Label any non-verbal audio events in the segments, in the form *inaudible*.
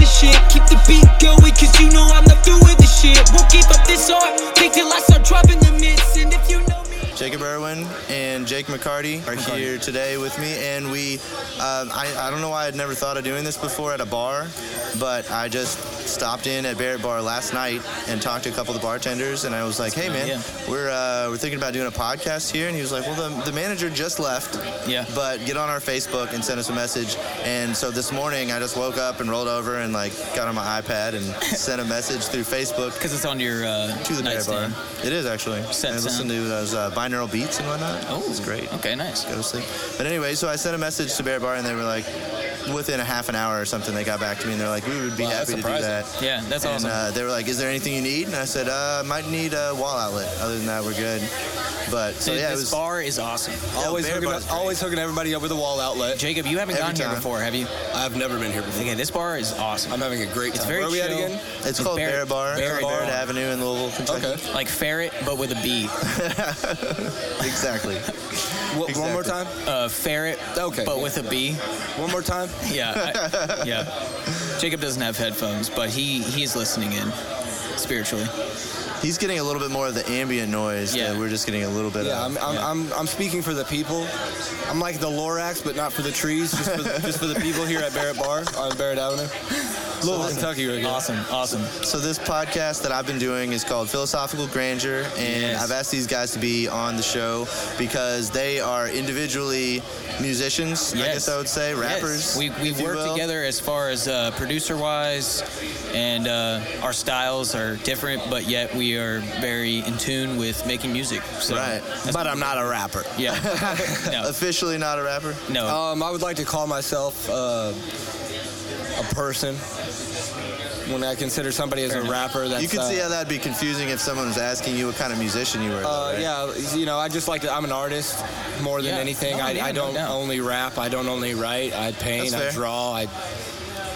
up the beat, going, cause you know I'm not through with this shit. Won't give up this art, take till I start dropping the mix. And if you know me. Jacob Irwin and Jake McCarty are here today with me, and we, um, I, I don't know why I'd never thought of doing this before at a bar, but I just stopped in at Barrett Bar last night and talked to a couple of the bartenders, and I was like, hey man, idea. we're uh, we're thinking about doing a podcast here, and he was like, well the, the manager just left, Yeah. but get on our Facebook and send us a message, and so this morning I just woke up and rolled over and like got on my iPad and *laughs* sent a message through Facebook. Because it's on your uh, To the Barrett Bar. nightstand. It is actually. Set and I listened sound. to those uh, binaural beats and whatnot. Oh, it's great Okay, nice. go to sleep. But anyway, so I sent a message to Bear Bar, and they were like, within a half an hour or something, they got back to me, and they're like, we would be Wow, that's happy to do surprising. that. Yeah, that's and, awesome. Uh, they were like, is there anything you need? And I said, uh, might need a wall outlet. Other than that, we're good. But so Dude, yeah, it this was. bar is awesome. Always Bear hooking, Bar's up, always hooking everybody up with a wall outlet. Jacob, you haven't Every gone here time. before, have you? I've never been here before. Okay, this bar is awesome. I'm having a great time. it's very Where are we chill. at again? it's called Bear Barrett- Bar, Barrett Bar. Barrett Avenue in Louisville, Kentucky. *laughs* Okay. Like ferret, but with a B. *laughs* Exactly. W- One more time. Uh, ferret, Okay. but with a B. One more time. Yeah, I- yeah. Jacob doesn't have headphones, but he he's listening in spiritually. He's getting a little bit more of the ambient noise. Yeah. That we're just getting a little bit uh, Yeah, of. I'm, I'm, Yeah. I'm, I'm speaking for the people. I'm like the Lorax, but not for the trees, just for, the- *laughs* just for the people here at Barrett Bar on Barrett Avenue. Louisville, Kentucky, right now. Awesome, awesome. So this podcast that I've been doing is called Philosophical Grandeur, and Yes. I've asked these guys to be on the show because they are individually musicians. I Yes. guess I would say rappers. Yes. We if we you work will. together as far as uh, producer wise, and uh, our styles are different, but yet we are very in tune with making music. So Right. But I'm not a rapper. *laughs* yeah, no, Officially not a rapper. no. Um, I would like to call myself uh, a person. When I consider somebody as Fair a enough. rapper, that's you can uh, see how that'd be confusing if someone was asking you what kind of musician you were. Uh, right? Yeah, you know, I just like to. I'm an artist more than Yeah. anything. No, I, yeah, I no don't doubt. only rap. I don't only write. I paint. That's I fair. draw. I,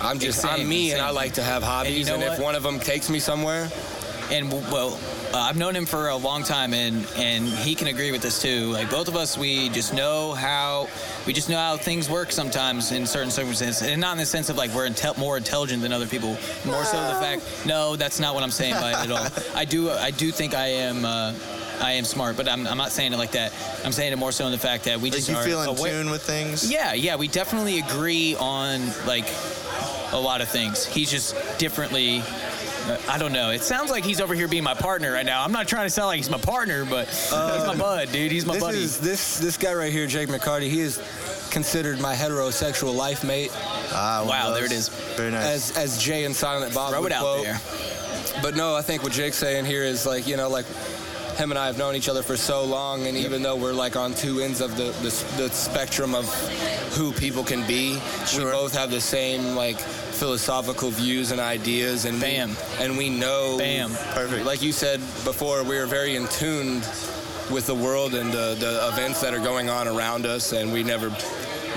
I'm just. Same, I'm me, and same. I like to have hobbies. know And, what? if one of them takes me somewhere, and well, uh, I've known him for a long time, and and he can agree with this too. Like both of us, we just know how we just know how things work sometimes in certain circumstances, and not in the sense of like we're intel- more intelligent than other people. More so the fact, no, that's not what I'm saying by it at all. I do I do think I am. Uh, I am smart, but I'm, I'm not saying it like that. I'm saying it more so in the fact that we Like just you are feel in aware- tune with things. Uh, yeah, yeah, we definitely agree on like a lot of things. He's just differently. uh, I don't know. It sounds like he's over here being my partner right now. I'm not trying to sound like he's my partner, but he's my bud, dude. He's my Um, this buddy. is this this guy right here, Jake McCarty. He is considered my heterosexual life mate, Ah, one of Wow, there those. it is. Very nice. as as Jay and Silent Bob Throw would it out quote. there. But no, I think what Jake's saying here is like, you know, like him and I have known each other for so long, and even though we're like on two ends of the, the, s- the spectrum of who people can be, we both have the same like philosophical views and ideas, and Bam. we, and we know, Bam. Perfect. Like you said before, we are very in tuned with the world and the, the events that are going on around us, and we never,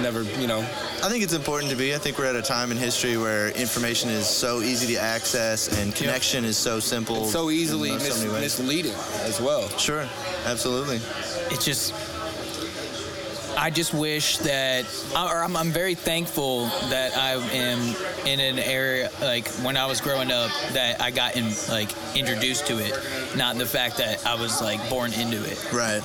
never, you know, I think it's important to be. I think we're at a time in history where information is so easy to access and connection is so simple. so in easily so mis- many ways. misleading as well. Sure, absolutely. It's just. I just wish that, or I'm, I'm very thankful that I am in an area like when I was growing up that I got in, like introduced to it, not the fact that I was like born into it. Right.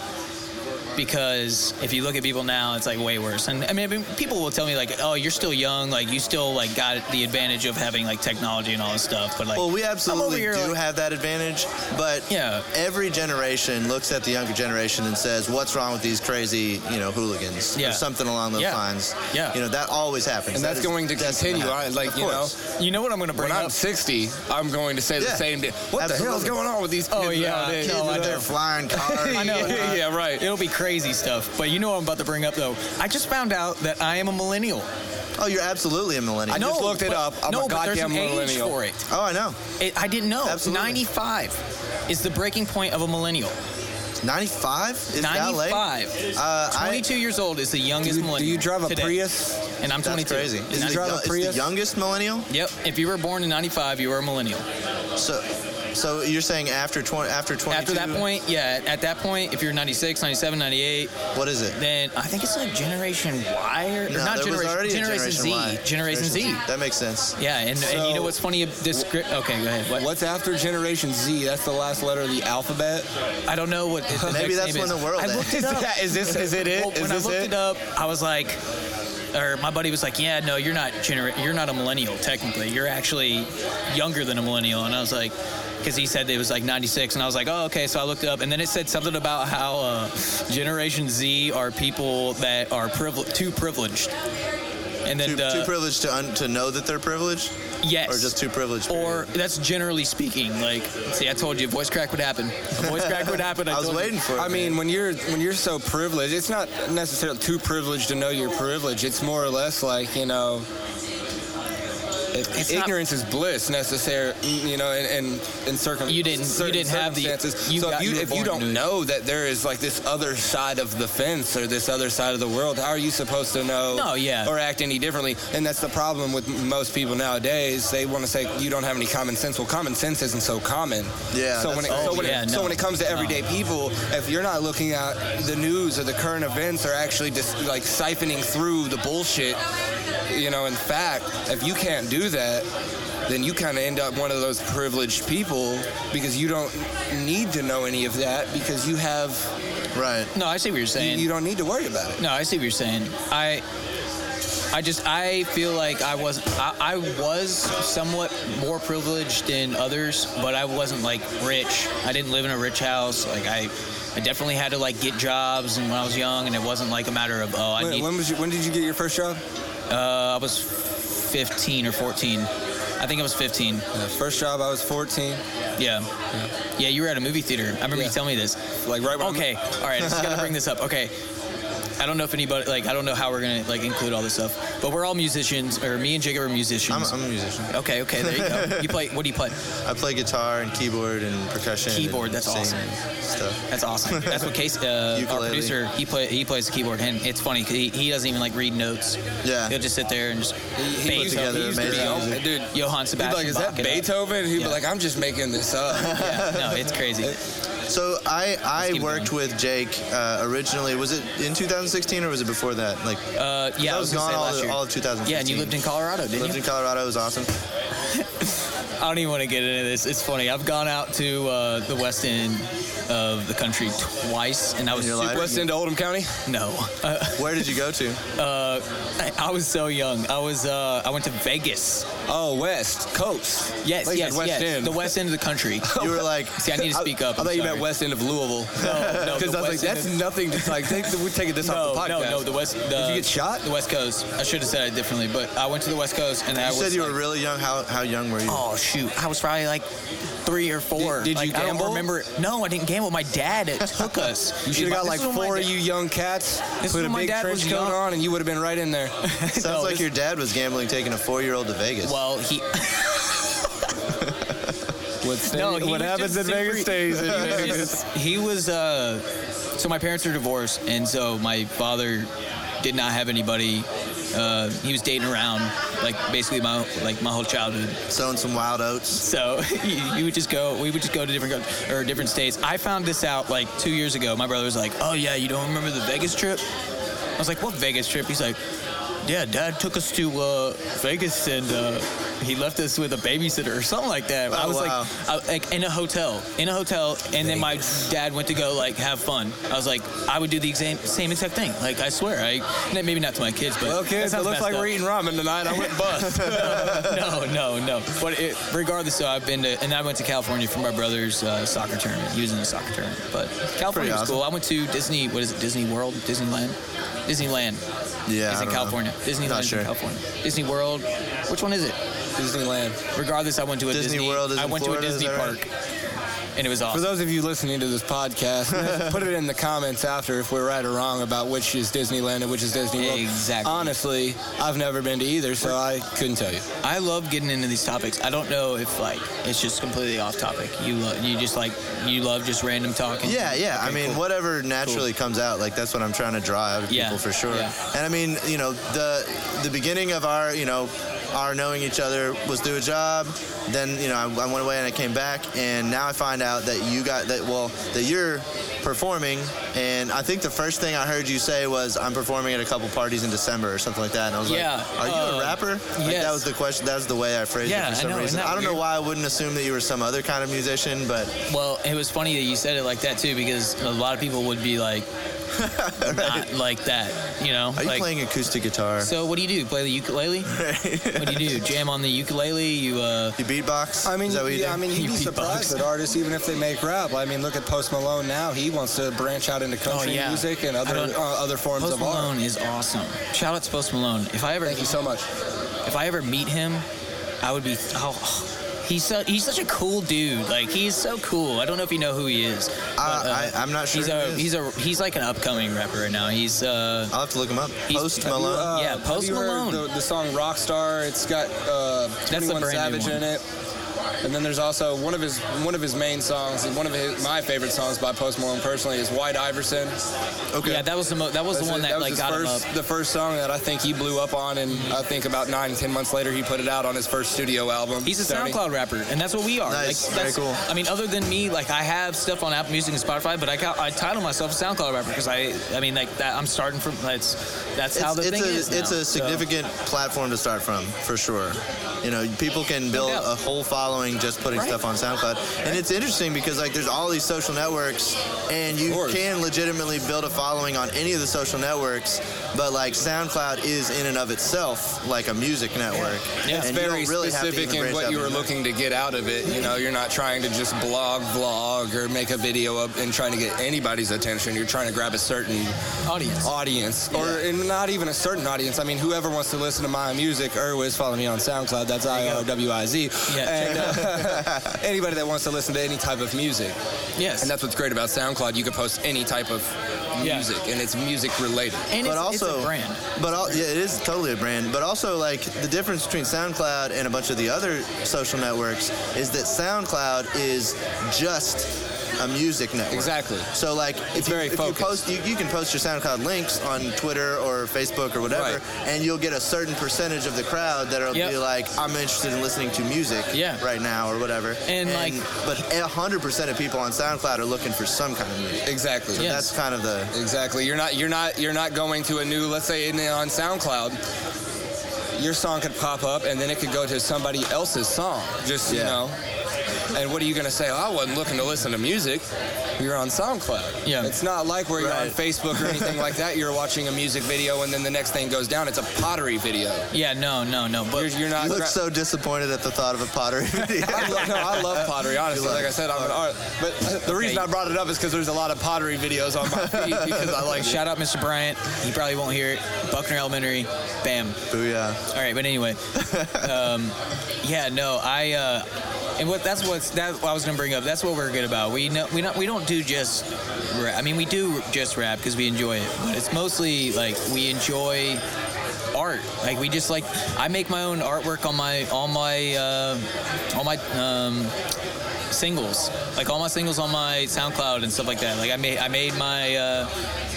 because if you look at people now, it's like way worse. And I mean, I mean, people will tell me like, "Oh, you're still young. Like, you still like got the advantage of having like technology and all this stuff." But like, Well, we I'm over absolutely here, do like- have that advantage, but Yeah. every generation looks at the younger generation and says, "What's wrong with these crazy, you know, hooligans?" Yeah. or something along those Yeah. lines. Yeah. you know, that always happens, And That that's is going to destined continue. I, happen. like, Of you know, course. you know what I'm going to bring When I'm up? 60, I'm going to say Yeah, the same day. What the hell's absolutely. going on with these kids Oh, yeah, nowadays? no, Kids I with their know. flying cars. *laughs* I know. Yeah, yeah, right. It'll be crazy stuff. But you know what I'm about to bring up though. I just found out that I am a millennial. Oh, you're absolutely a millennial. I just looked it but- up. I'm no, a but there's goddamn an millennial. Age for it. Oh, I know. it. I didn't know. Absolutely. 95 is the breaking point of a millennial. 95 is that late? 95. Uh, I- 22 years old is the Do youngest you, do millennial. you drive a today. Prius? And I'm That's 22. crazy. And Is I- the, drive a young- is the Prius? youngest millennial? Yep. If you were born in '95, you were a millennial. So, So you're saying after 20, after 22, After that point, yeah, at that point, if you're 96, 97, 98, what is it? then I think it's like Generation Y or, or No, not there was Generation already a Generation Z, Y. Generation Z. That makes sense. Yeah, and, and you know So- what's funny? This gri- okay, go ahead. What? What's after Generation Z? That's the last letter of the alphabet. I don't know what. the Maybe next that's name when is. the world I *laughs* looked it ends. up. Is this- is it it? Well, Is when this I looked it? it? up, I was like, or my buddy was like, "Yeah, no, you're not gener- You're not a millennial technically. You're actually younger than a millennial." And I was like, because he said it was like '96, and I was like, "Oh, okay." So I looked it up, and then it said something about how uh, Generation Z are people that are privile- too privileged. And then Too, the, too privileged to un- to know that they're privileged, Yes. or just too privileged. Or that's generally speaking. Like, see, I told you, a voice crack would happen. A voice crack would happen. *laughs* I I, was told you. waiting for it. I mean, when you're when you're so privileged, it's not necessarily too privileged to know your privilege. It's more or less like you know, it- It's not- ignorance is bliss, necessary. You know, and and, and circum. You didn't- you certain didn't have the- circumstances. you so got- if you you, were if you born into don't it. know that there is like this other side of the fence or this other side of the world, how are you supposed to know? No, yeah. Or act any differently? And that's the problem with m- most people nowadays. They want to say you don't have any common sense. Well, common sense isn't so common. Yeah, So when it, that's- so oh, when yeah, it, no. so when it comes to everyday people, if you're not looking at the news or the current events or actually just like siphoning through the bullshit, you know, in fact, if you can't do that, then you kind of end up one of those privileged people because you don't need to know any of that because you have right? No, I see what you're you, saying. you don't need to worry about it. no, I see what you're saying. I. I just I feel like I was I, I was somewhat more privileged than others, but I wasn't like rich. I didn't live in a rich house. Like I, I definitely had to like get jobs, and when I was young, and it wasn't like a matter of oh I When, need. when was you, when did you get your first job? Uh, I was 15 or 14. I think I was 15. first job, I was 14. Yeah. Yeah, you were at a movie theater. I remember you Yeah. telling me this. Like right when Okay. All right. Just gotta bring this up. Okay. I don't know if anybody like I don't know how we're gonna like include all this stuff, but we're all musicians, or me and Jacob are I'm, musicians. I'm a musician. okay. Okay. There you go. You play. What do you play? I play guitar and keyboard and percussion. Keyboard, and that's sing awesome. and Stuff. That's awesome. That's what Case, uh, our Ukulele. producer, he play he plays the keyboard, and it's funny. 'cause He, he doesn't even like read notes. Yeah. He'll just sit there and just. he bang put something. together He's amazing great. music. Dude, Johann He'd be Sebastian. like, is that Bach it up." Beethoven? He'd Yeah. be like, I'm just making *laughs* this up. Yeah. No, it's crazy. Uh, So I I keep worked with Jake uh, originally. Was it in 2016 or was it before that? Like Uh, That yeah, I was was gonna gone say all last of- year. all of 2015. Yeah, and you lived in Colorado, didn't lived you? in Colorado. It was awesome. I don't even want to get into this. It's funny. I've gone out to uh, the west end of the country twice, and I was your super. life? West End to Oldham County? No, uh, Where did you go to? uh, *laughs* I, I was so young. I was. Uh, I went to Vegas. Oh, West Coast. Yes, Like you yes, said, West yes. End. The west end of the *laughs* country. You were like, See, I need to speak I up. I'm thought you meant sorry. West End of Louisville. No, *laughs* no, Because the I was like, West End that's of- nothing. To, like, take, we're taking this No, off the podcast. no, no. The west. The, Did you get shot? The west coast. I should have said it differently, but I went to the west coast, and I you was. said you were like- really young. How how young were you? Oh shoot! I was probably like three or four. Did- did you Like, I gamble? don't remember. No, I didn't gamble. My dad took us. You should have got This like is when my four da- of you young cats, This put is a when my big dad trench was coat young. on, and you would have been right *laughs* in there. Sounds no, like this- your dad was gambling, taking a four year old to Vegas. Well, he. *laughs* What, No, he was just super- *laughs* he was just- He was. Uh, so my parents are divorced, and so my father did not have anybody. Uh, he was dating around, like basically my like my whole childhood. Sowing some wild oats. So *laughs* you you would just go. We would just go to different coun- or different states. I found this out like two years ago. My brother was like, "Oh yeah, you don't remember the Vegas trip?" I was like, "What Vegas trip?" He's like, "Yeah, Dad took us to uh, Vegas and uh, he left us with a babysitter or something like that." I Oh, was wow. like, I, like in a hotel, in a hotel, and then my dad went to go like have fun. I was like, I would do the exact same exact thing. Like I swear, I maybe not to my kids, but Well, that kids, it sounds looks messed like up we're eating ramen tonight. I went bust. *laughs* no, no, no. But it, regardless, though, I've been to, and I went to California for my brother's uh, soccer tournament. He was in the soccer tournament, but Pretty California was awesome. cool. I went to Disney. What is it? Disney World, Disneyland, Disneyland. Yeah. It's I in don't know. California. Disneyland Not is sure. in California. Disney World. Which one is it? Disneyland. Regardless, I went to a Disney Disney. World is I in went Florida, to a is Disney that park, right? and it was For awesome. those of you listening to this podcast, *laughs* put it in the comments after if we're right or wrong about which is Disneyland and which is Disney World. Exactly. Honestly, I've never been to either, so I couldn't tell you. I love getting into these topics. I don't know if like it's just completely off topic. You lo- you just like you love just random talking. Yeah, yeah. I Okay, mean, cool. whatever naturally comes out, like that's what I'm trying to draw out of Yeah, people for sure. yeah. And I mean, you know, the the beginning of our, you know, our knowing each other was through a job. Then you know I, I went away and I came back, and now I find out that you got that well that you're performing, and I think the first thing I heard you say was I'm performing at a couple parties in December or something like that, and I was Yeah, like, Are you uh, a rapper? Like, yes. That was the question. That was the way I phrased Yeah, it I for some know, isn't reason. that I don't weird? know why I wouldn't assume that you were some other kind of musician, but Well, it was funny that you said it like that too, because a lot of people would be like, not like that, you know. are you like, playing acoustic guitar? So what do you do? Play the ukulele? what do you do? Jam on the ukulele? You uh, you beatbox? I mean, Is that what you yeah, do? I mean, He *laughs* you'd be surprised beatboxes. that artists, even if they make rap. I mean, look at Post Malone now. He wants to branch out into country Oh, yeah. music and I other don't- uh, other forms Post of art. Malone is awesome. Shout out to Post Malone. If I ever Thank you so much. if I ever meet him, I would be oh, *sighs* he's so, he's such a cool dude. Like he's so cool. I don't know if you know who he is. but, uh, I- I- I'm not sure He's who a he is. he's a he's like an upcoming rapper right now. He's uh I'll have to look him up. He's- Post have you, Malone. Uh, Yeah, Post have you Malone. Heard the, the song Rockstar. It's got uh, the 21 brand new Savage one. in it. And then there's also one of his one of his main songs, one of his, my favorite songs by Post Malone personally is White Iverson. okay. yeah that was the mo- that was the That's one it. that, was like his got first, him up. The first song that I think he blew up on, and I think about nine, ten months later, he put it out on his first studio album. He's a Sony. SoundCloud rapper, and that's what we are. Nice. Like, that's, Very cool. I mean, other than me, like I have stuff on Apple Music and Spotify, but I got, I title myself a SoundCloud rapper because I, I mean, like that. I'm starting from that's that's how the it's thing a, is. It's now. a So, significant platform to start from, for sure. You know, people can build doubt. a whole following just putting Right. stuff on SoundCloud, and it's interesting because like there's all these social networks, and you Of course. can legitimately build a following on any of the social networks. But like SoundCloud is in and of itself like a music network. Yeah, it's and you very don't really have to specific even in branch what out you were into- looking to get out of it. You know, you're not trying to just blog, vlog, or make a video up and trying to get anybody's attention. You're trying to grab a certain audience. audience, or and not even a certain audience. I mean, whoever wants to listen to my music, Irwiz, follow me on SoundCloud. That's I O W I Z. Yeah, And uh, *laughs* anybody that wants to listen to any type of music, Yes, and that's what's great about SoundCloud. You can post any type of Yeah. music, and it's music related. and but it's- it's also a brand. But al- yeah, it is totally a brand. But also, like the difference between SoundCloud and a bunch of the other social networks is that SoundCloud is just a music network. Exactly. So like, if, you, very if you focused. post, you, you can post your SoundCloud links on Twitter or Facebook or whatever, Right. and you'll get a certain percentage of the crowd that'll Yep. be like, "I'm interested in listening to music Yeah. right now" or whatever. And, like- but hundred percent of people on SoundCloud are looking for some kind of music. Exactly. Yeah. Yes. That's kind of the Exactly. You're not. You're not. You're not going to a new. Let's say in, on SoundCloud, your song could pop up, and then it could go to somebody else's song. Just you Yeah. know. And what are you going to say? "Oh, I wasn't looking to listen to music. You're on SoundCloud. Yeah. It's not like where you're on Right. Facebook or anything like that. You're watching a music video, and then the next thing goes down. It's a pottery video. Yeah, no, no, no. But You're, you're not. You look gra- so disappointed at the thought of a *laughs* pottery video. I love, no, I *laughs* love pottery. Honestly, You love like I said, I'm an art. But uh, the reason I brought it up is because there's a lot of pottery videos on my feed because I *laughs* *laughs* like. shout out Mr. Bryant. He probably won't hear it. Buckner Elementary. Bam. Booyah. All right, but anyway, um, yeah, no, I uh, and what that's what's that what I was gonna bring up. That's what we're good about. We know we not we don't do just rap. I mean, we do just rap because we enjoy it, but it's mostly like we enjoy art. Like we just like I make my own artwork on my on my uh, on my um, singles, like all my singles on my SoundCloud and stuff like that. Like I made I made my uh,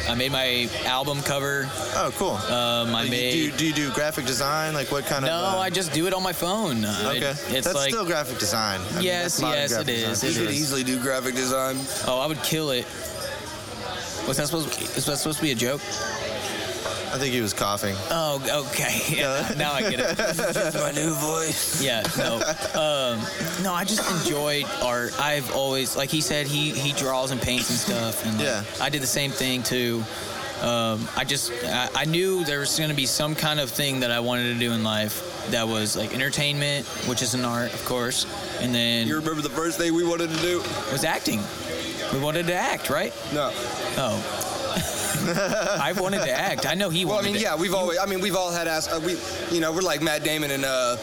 I made my album cover. Oh, cool. Um, I do, made. you, do you do graphic design? Like what kind of? No, uh, I just do it on my phone. I- Okay, it's that's like, still graphic design. I mean, Yes, that's modern yes, graphic it design. is, it is. easily do graphic design. oh, I would kill it. Was that supposed? Is that supposed to be a joke? I think he was coughing. Oh, okay. *laughs* Yeah, now I get *laughs* it. My new voice. Yeah, no, um, no. I just enjoy art. I've always, like he said, he he draws and paints and stuff. And like, Yeah. I did the same thing too. Um, I just I, I knew there was going to be some kind of thing that I wanted to do in life that was like entertainment, which is an art, of course, and then You remember the first thing we wanted to do? was acting. We wanted to act, right? No. Oh. *laughs* I wanted to act. I know he Well, I wanted mean, to. yeah, we've always. I mean, we've all had asked. Uh, we, you know, we're like Matt Damon and uh,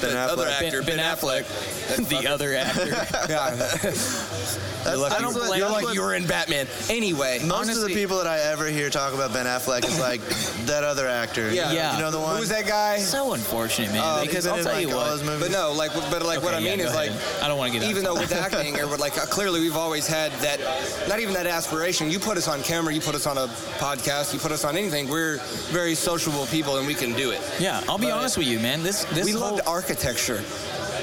the Ben other Affleck. actor, Ben- Ben, Ben *laughs* Affleck. The other actor. Yeah. You're That's- lucky, I don't you- believe- you're that's lucky what- you were in Batman. Anyway, Most of Honestly- the people that I ever hear talk about Ben Affleck is *laughs* like that other actor. Yeah. Yeah. You know *laughs* the one? who's that guy? So unfortunate, man. Uh, he's because been I'll in, tell like, you all what. his movies. But no, like, but like, what I Okay, yeah, mean go is like, ahead. I don't want to get even off though with acting or with like uh, clearly we've always had that not even that aspiration you put us on camera you put us on a podcast you put us on anything we're very sociable people and we can do it Yeah, I'll be But- honest with you, man. This this we whole, loved architecture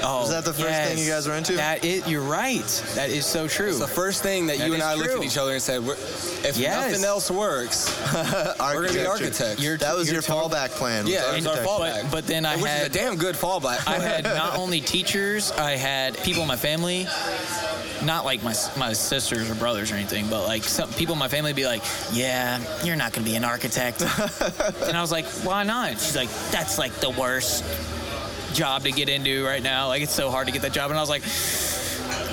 Oh, Is that the first thing you guys were into? That is, you're right. That is so true. it's the first thing that, That you and is i looked true. at each other and said we're, if Yes. nothing *laughs* else works we're going to be architects You're- That was you're your fallback plan. was Yeah, it was our architecture. fallback. but, but then I which had is a damn good fallback I had not only teachers, I had people in my family, not like my my sisters or brothers or anything, but like some people in my family be like, "Yeah, you're not gonna be an *laughs* architect," and I was like, "Why not?" She's like, "That's like the worst." Job to get into right now, like it's so hard to get that job, and I was like,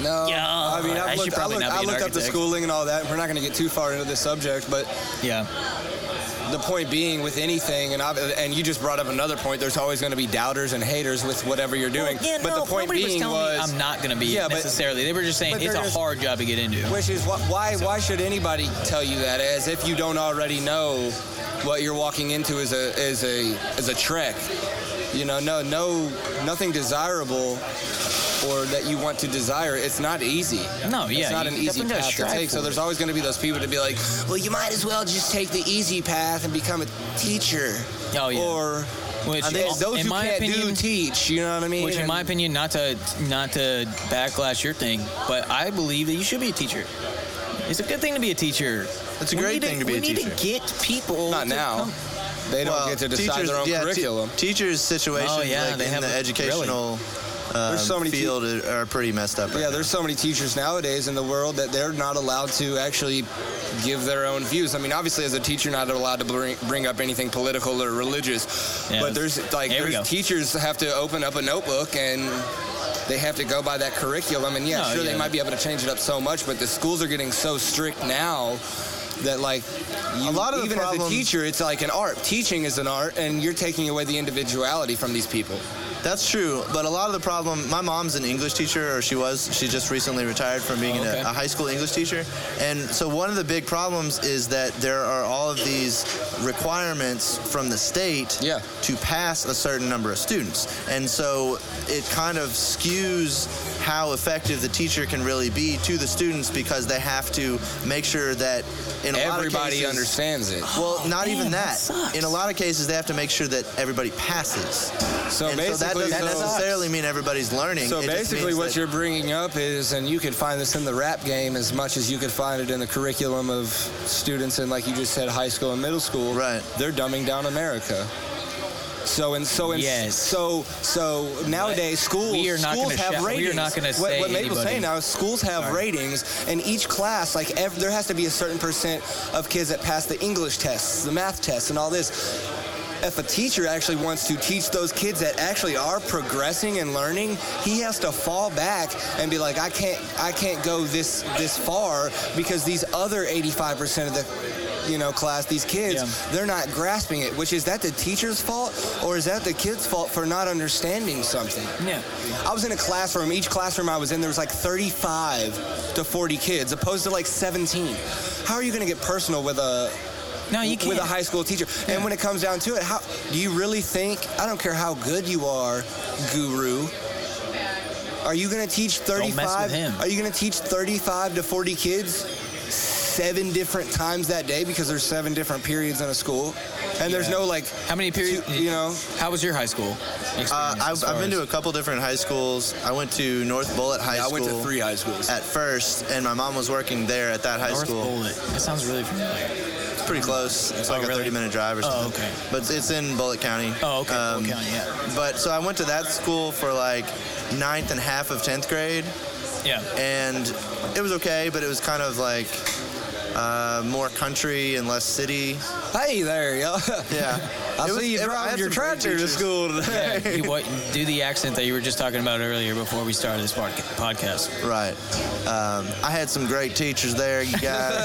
No, Yeah, I mean, I I've should looked, I probably looked, not be I an looked up the architect. schooling and all that. and We're not going to get too far into this subject, but "Yeah, the point being with anything, and I've, and you just brought up another point. There's always going to be doubters and haters with whatever you're doing. Yeah, but no, the point nobody was being telling me was, I'm not going to be Yeah, but- necessarily. They were just saying but it's they're a just- hard job to get into. which is wh- why why should anybody tell you that as if you don't already know what you're walking into is a is a is a trek. You know, no, no, nothing desirable, or that you want to desire. It's not easy. No, yeah, it's not you- an you easy definitely gotta path to strive take. So for there's always going to be those people to be like, well, you might as well just take the easy path and become a teacher. Oh, yeah. Or Which, I mean, in those who my can't do opinion, teach. You know what I mean? which in And- my opinion, not to not to backlash your thing, but I believe that you should be a teacher. It's a good thing to be a teacher. It's a We great need thing to be a We teacher. need to get people. not to now. come- They don't Well, get to decide teachers- their own yeah, te- curriculum. teachers' situations Oh, yeah, like, they in have the a- educational um, There's so many te- field are- are pretty messed up. right Yeah, now. there's so many teachers nowadays in the world that they're not allowed to actually give their own views. I mean, obviously, as a teacher, you're not allowed to bring, bring up anything political or religious. Yeah, but there's like there we there's go. teachers have to open up a notebook and they have to go by that curriculum. And yeah, No, sure, yeah. they might be able to change it up so much, but the schools are getting so strict now that like. You, A lot of the even as problems- a teacher, it's like an art. Teaching is an art, and you're taking away the individuality from these people. That's true, but a lot of the problem. My mom's an English teacher, or she was. She just recently retired from being Oh, okay. a, a high school English teacher, and so one of the big problems is that there are all of these requirements from the state Yeah. to pass a certain number of students, and so it kind of skews how effective the teacher can really be to the students because they have to make sure that in a lot of Everybody cases, understands it. Well, not even Oh, man, that that. sucks. in a lot of cases, they have to make sure that everybody passes. So And basically, so that doesn't necessarily mean everybody's learning. So It just basically, means what that- you're bringing up is, and you could find this in the rap game as much as you could find it in the curriculum of students in, like you just said, high school and middle school. Right. They're dumbing down America. So and so and Yes. so so nowadays schools We are not schools gonna have sh- we are ratings. not gonna what, say what Mabel's anybody. saying now is schools have ratings, and each class like ev- there has to be a certain percent of kids that pass the English tests, the math tests, and all this. If a teacher actually wants to teach those kids that actually are progressing and learning, he has to fall back and be like, I can't, I can't go this this far because these other 85% of the, you know, class, these kids, Yeah. they're not grasping it. Which is that the teacher's fault or is that the kid's fault for not understanding something? Yeah. I was in a classroom. Each classroom I was in, there was like 35 to 40 kids, opposed to like 17. How are you going to get personal with a No, you can't. with a high school teacher. And when it comes down to it, how do you really think? I don't care how good you are, guru. Are you going to teach Don't mess with him. 35? Are you going to teach 35 to 40 kids seven different times that day because there's seven different periods in a school? And there's Yeah. no like How many periods? You know, How was your high school? Uh, I've, I've been to a couple different high schools. I went to North Bullet High School. high schools. At first, and my mom was working there at that high North school. Bullet. That sounds really familiar. It's pretty close. It's Oh, like a really? 30-minute drive or Oh, something. okay. But it's in Bullet County. Um, Oh, okay, Bullitt County, yeah. But so I went to that school for like ninth and half of tenth grade, *laughs* Yeah. and it was okay, but it was kind of like uh, more country and less city. Hey there, *laughs* yo. Yeah. I *laughs* It was- see you it- I driving had your some great tractor to teachers. *laughs* school today. You what, do the accent that you were just talking about earlier before we started this podca- podcast. Right. Um, I had some great teachers there, you guys.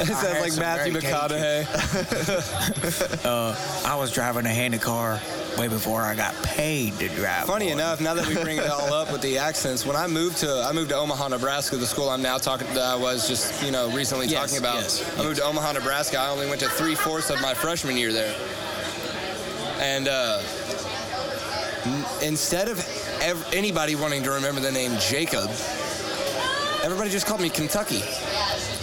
It I says had like some Matthew very cake. McConaughey. I was driving a handed car way before I got paid to drive. Funny one. enough, now that *laughs* we bring it all up with the accents, when I moved to I moved to Omaha, Nebraska, the school I'm now talking that I was just you know recently Yes, talking about. yes, I moved to Omaha, Nebraska. I only went to three fourths of my freshman year there, and uh, n- instead of ev- anybody wanting to remember the name Jacob, everybody just called me Kentucky.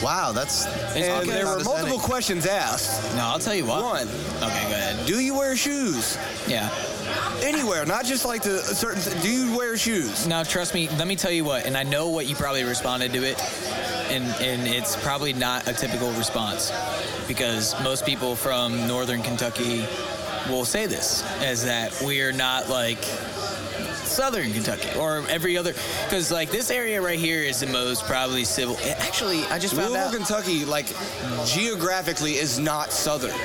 Wow, that's And okay. there were Condescending. multiple questions asked. No, I'll tell you what. One. Okay, go ahead. Do you wear shoes? Yeah. Anywhere, not just like the certain. do you wear shoes? Now, trust me. Let me tell you what, and I know what you probably responded to it, and and it's probably not a typical response because most people from northern Kentucky will say this as that we're not like southern Kentucky or every other because like this area right here is the most probably civil. eh, Actually, I just found Louisville, out. Kentucky, like geographically, is not southern.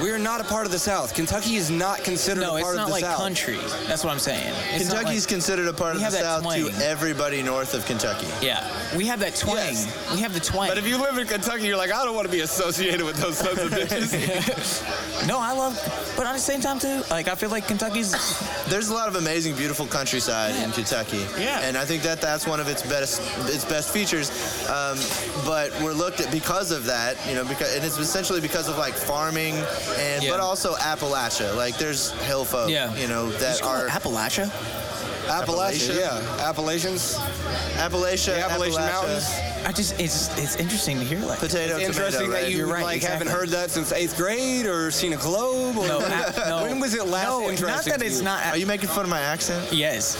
We're not a part of the South. Kentucky is not considered No, a it's part of not the like South. country. That's what I'm saying. It's not Kentucky's like- considered a part We of the have that South twang. to everybody north of Kentucky. yeah, we have that twang. Yes. We have the twang. But if you live in Kentucky, you're like, I don't want to be associated with those sons *laughs* of bitches. No, I love, but at the same time too, like I feel like *laughs* Kentucky's. There's a lot of amazing, beautiful countryside in Kentucky. Yeah. And I think that that's one of its best its best features. Um, but we're looked at because of that, you know, because and it's essentially because of like farming and Yeah. but also Appalachia. Like there's hill folk, Yeah. you know, that are Appalachia. Appalachia, Appalachia. yeah. Appalachians, Appalachia, the Appalachian Appalachia, Mountains. I just it's it's interesting to hear like. Potato, It's interesting tomato, that right? you You're right, like haven't exactly. heard that since eighth grade or seen a globe. Or *laughs* No, app- no. When was it last No, not interesting that to it's you? not. Are you making fun of my accent? *laughs* yes.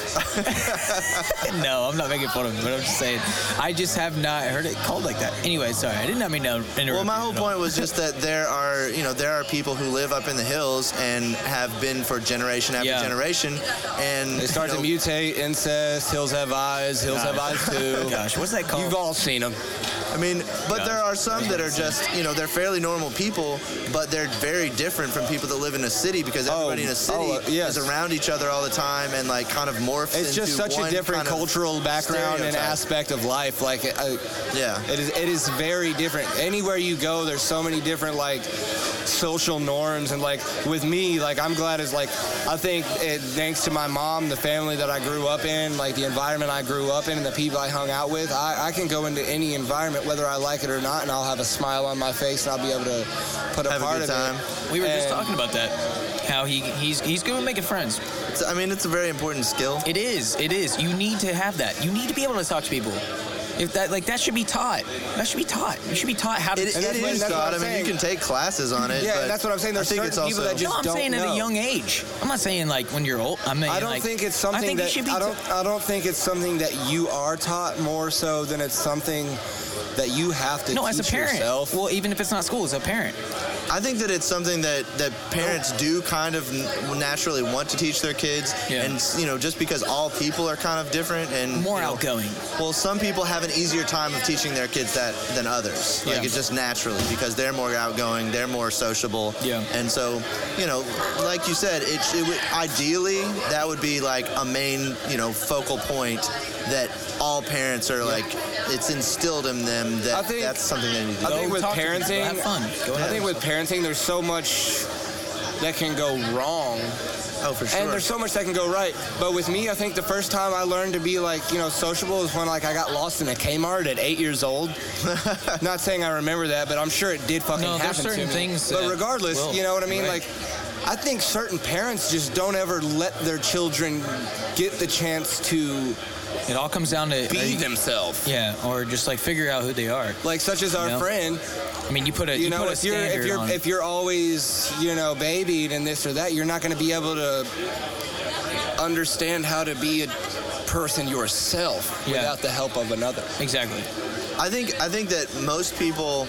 no, I'm not making fun of him, but I'm just saying I just have not heard it called like that. Anyway, sorry, I did not mean to interrupt. Well, my you whole at all. point was just that there are, you know, there are people who live up in the hills and have been for generation after Yeah. generation, and They start you know, to mutate, incest, hills have eyes, hills have eyes too. *laughs* Oh, Gosh, what's that called? You've all seen them. I mean, but Yeah. there are some that are just, you know, they're fairly normal people, but they're very different from people that live in a city because everybody in a city oh, uh, yes. is around each other all the time and like kind of morphs. It's just into such a one different kind of cultural background and stereotype. aspect of life. Like, uh, Yeah. it is it is very different. Anywhere you go, there's so many different like social norms and like with me, like I'm glad is like I think it, thanks to my mom, the family that I grew up in, like the environment I grew up in, and the people I hung out with, I, I can go into any environment whether I like it or not, and I'll have a smile on my face and I'll be able to put a Have a part good of time. it. we were just And- talking about that. How he he's he's good at making friends. It's- I mean, it's a very important skill. It is. It is. You need to have that. You need to be able to talk to people. If that like that should be taught. That should be taught. You should be taught how to. It, And it that's what- is that's what taught. I I'm mean, you saying. can take classes on it. Yeah, but that's what I'm saying. There's I think it's certain people also that just no, I'm don't saying at know. a young age. I'm not saying like when you're old. I mean, I don't like, think it's I something think that it should be. I don't. I don't think it's something that you are taught more so than it's something that you have to no, teach as a parent. yourself. Well, even if it's not school, as a parent. I think that it's something that, that parents do kind of n- naturally want to teach their kids, Yeah. and you know, just because all people are kind of different and More you know, outgoing. Well, some people have an easier time of teaching their kids that than others. Like Yeah. it's just naturally because they're more outgoing, they're more sociable. Yeah. And so, you know, like you said, it, it would, ideally that would be like a main, you know, focal point that all parents are like it's instilled in them that I think- that's something they need to I do. think Go with talk to people. parenting- have fun. Go I ahead. think with parenting, there's so much that can go wrong, Oh, for sure. and there's so much that can go right. But with me, I think the first time I learned to be like you know sociable is when like I got lost in a Kmart at eight years *laughs* old. Not saying I remember that, but I'm sure it did fucking No, there's happen to certain me. things but that regardless, will. you know what I mean, Right. like. I think certain parents just don't ever let their children get the chance to It all comes down to. be themselves. yeah, or just like figure out who they are. Like such as our Yeah. friend, I mean, you put a you, you, know, put a if you're if standard you're on. if you're always you know babied and this or that, you're not going to be able to understand how to be a person yourself Yeah. without the help of another. exactly. I think I think that most people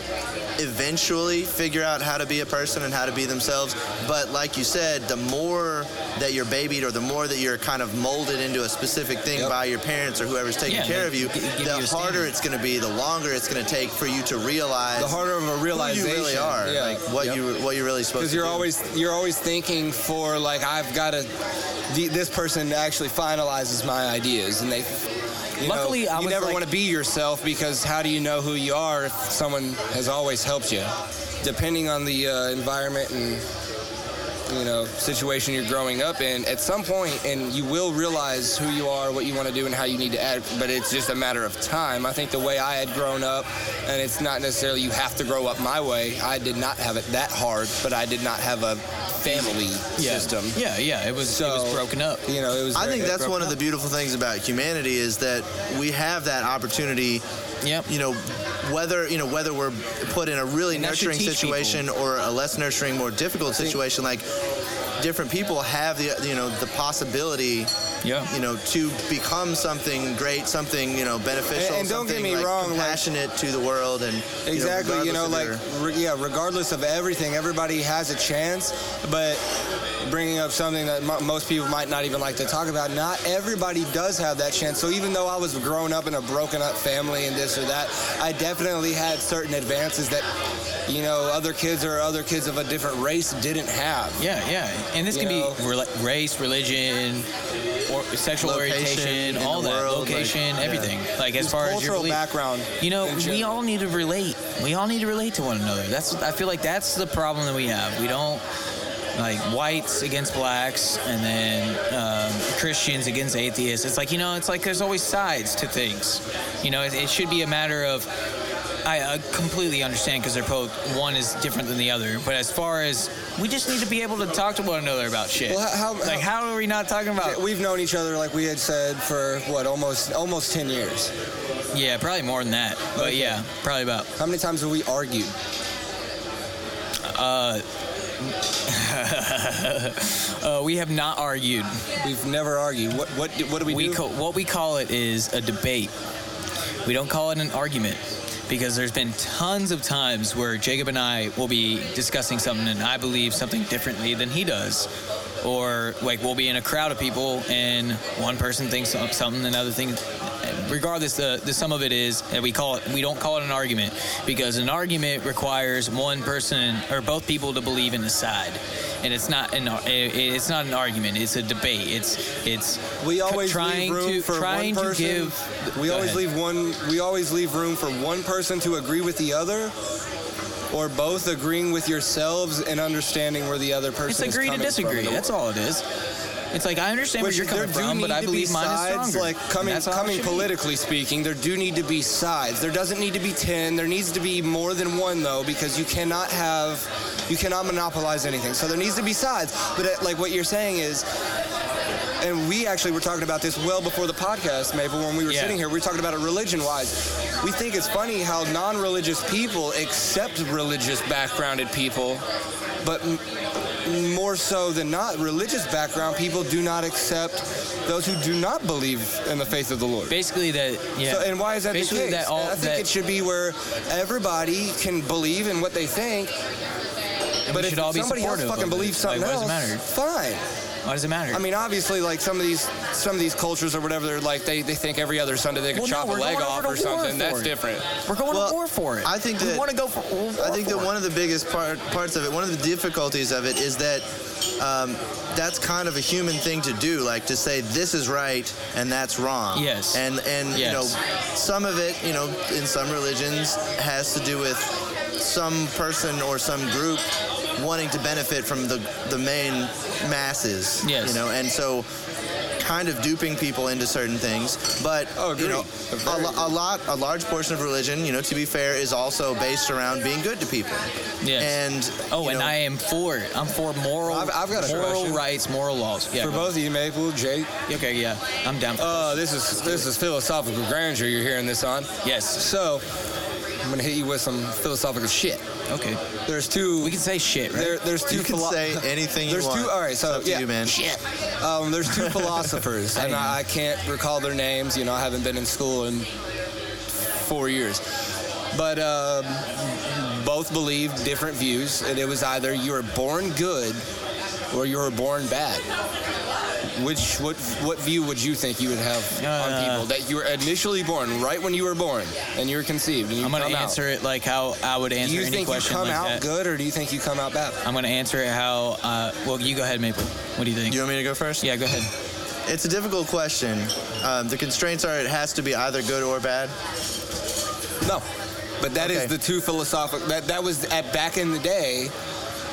eventually figure out how to be a person and how to be themselves. But like you said, the more that you're babied or the more that you're kind of molded into a specific thing Yep. by your parents or whoever's taking Yeah, care of you, they gi- give the you harder a standard. it's going to be, the longer it's going to take for you to realize The harder of a who you realization really are, yeah. like what Yep. you what you're really supposed Because to you're do. always you're always thinking for like I've got to the, this person actually finalizes my ideas and they You Luckily, know, I you was never like- want to be yourself because how do you know who you are if someone has always helped you? Depending on the uh, environment and you know situation you're growing up in, at some point, and you will realize who you are, what you want to do, and how you need to act. But it's just a matter of time. I think the way I had grown up, and it's not necessarily you have to grow up my way. I did not have it that hard, but I did not have a family yeah. system. Yeah, yeah. It was it was So- broken up. You know, it was. I very- think that's broken one of up. the beautiful things about humanity is that we have that opportunity. Yep. You know, whether you know whether we're put in a really And that should nurturing teach situation or a less nurturing, more difficult situation, like different people have the you know the possibility Yeah. you know to become something great, something you know beneficial, And- and don't get something, me like, wrong, like- compassionate to the world and you know, Exactly. You know, like regardless of re- yeah. Regardless of everything, everybody has a chance. But bringing up something that mo most people might not even like to talk about, not everybody does have that chance. So even though I was grown up in a broken up family and this or that, I definitely had certain advances that you know other kids or other kids of a different race didn't have. Yeah, yeah. And this You can know? be rela- race, religion, or sexual Location in orientation, the all that, world, like, location, yeah. everything. Like as Just far as your cultural belief. background. You know, in we general. all need to relate. We all need to relate to one another. That's I feel like that's the problem that we have. We don't like whites against blacks, and then um, Christians against atheists. It's like you know, it's like there's always sides to things. You know, it, it should be a matter of. I uh, completely understand because they're both one is different than the other. But as far as we just need to be able to talk to one another about shit. Well, how- how- like how are we not talking about? We've known each other, like we had said, for what almost almost ten years. Yeah, probably more than that. But Okay. yeah, probably about How many times have we argued? Uh, we have not argued. We've never argued. What what do- what do we, We do? co- what we call it is a debate. We don't call it an argument because there's been tons of times where Jacob and I will be discussing something and I believe something differently than he does. Or like we'll be in a crowd of people and one person thinks of something, another thing. Regardless, the, the sum of it is that we call it we don't call it an argument because an argument requires one person or both people to believe in the side, and it's not an ar- it- it's not an argument. It's a debate. It's it's We Co- always trying leave room to- for trying to one person. give- we Go always ahead. leave one. We always leave room for one person to agree with the other, or both agreeing with yourselves and understanding where the other person It's is agree to coming disagree. From. That's all it is. It's like I understand where Which you're coming there do from, but need I to be believe mine sides, is stronger. Like coming, That's how it coming should be. politically speaking, there do need to be sides. There doesn't need to be ten. There needs to be more than one though, because you cannot have, you cannot monopolize anything. So there needs to be sides. But uh, like what you're saying is. And we actually were talking about this well before the podcast, Maple, when we were Yeah. sitting here. We were talking about it religion wise. We think it's funny how non religious people accept religious backgrounded people, but more so than not, religious background people do not accept those who do not believe in the faith of the Lord. Basically, that yeah. So, and why is that Basically, the case? that all I think that it should be where everybody can believe in what they think, and we but if should all be somebody else supportive. fucking of it. believes something like, else, What does it matter? fine. Why does it matter? I mean, obviously, like some of these some of these cultures or whatever, they're like they, they think every other Sunday they could Well, no, chop we're a leg going off over or to war something. for That's it. different. we're going well, to war for it. I think we that- want to go for. I think that one of the biggest part, parts of it, one of the difficulties of it, is that um, that's kind of a human thing to do, like to say this is right and that's wrong. Yes. And and you Yes. know, some of it, you know, in some religions has to do with some person or some group wanting to benefit from the the main masses. Yes. You know, and so kind of duping people into certain things. But Oh, agreed. you know, a, Very lo- a lot, a large portion of religion, you know, to be fair, is also based around being good to people. Yes. And Oh, you and know, I am for it. I'm for moral. I've- I've got a moral question. rights, moral laws. Yeah. For both of you, Maple, Jake, Okay. Yeah. I'm down. For uh, this is this is philosophical grandeur you're hearing this on. Yes. So I'm gonna hit you with some philosophical shit. Okay. There's two. We can say shit, right? there, there's two. you can philo- say anything you There's want. two. All right, It's so up to yeah, you, man. Um, there's two *laughs* philosophers, and I, I can't recall their names. You know, I haven't been in school in four years, but um, both believed different views, and it was either you were born good or you were born bad. Which what what view would you think you would have on Uh, people that you were initially born, right when you were born and you were conceived? And you I'm gonna come out? answer it like how I would Do answer you any think you question come like out that. good or do you think you come out bad? I'm gonna answer it how. Uh, well, you go ahead, Maple. What do you think? You want me to go first? Yeah, go ahead. It's a difficult question. Um, the constraints are it has to be either good or bad. No, but that is Okay. the two philosophical. That that was at back in the day.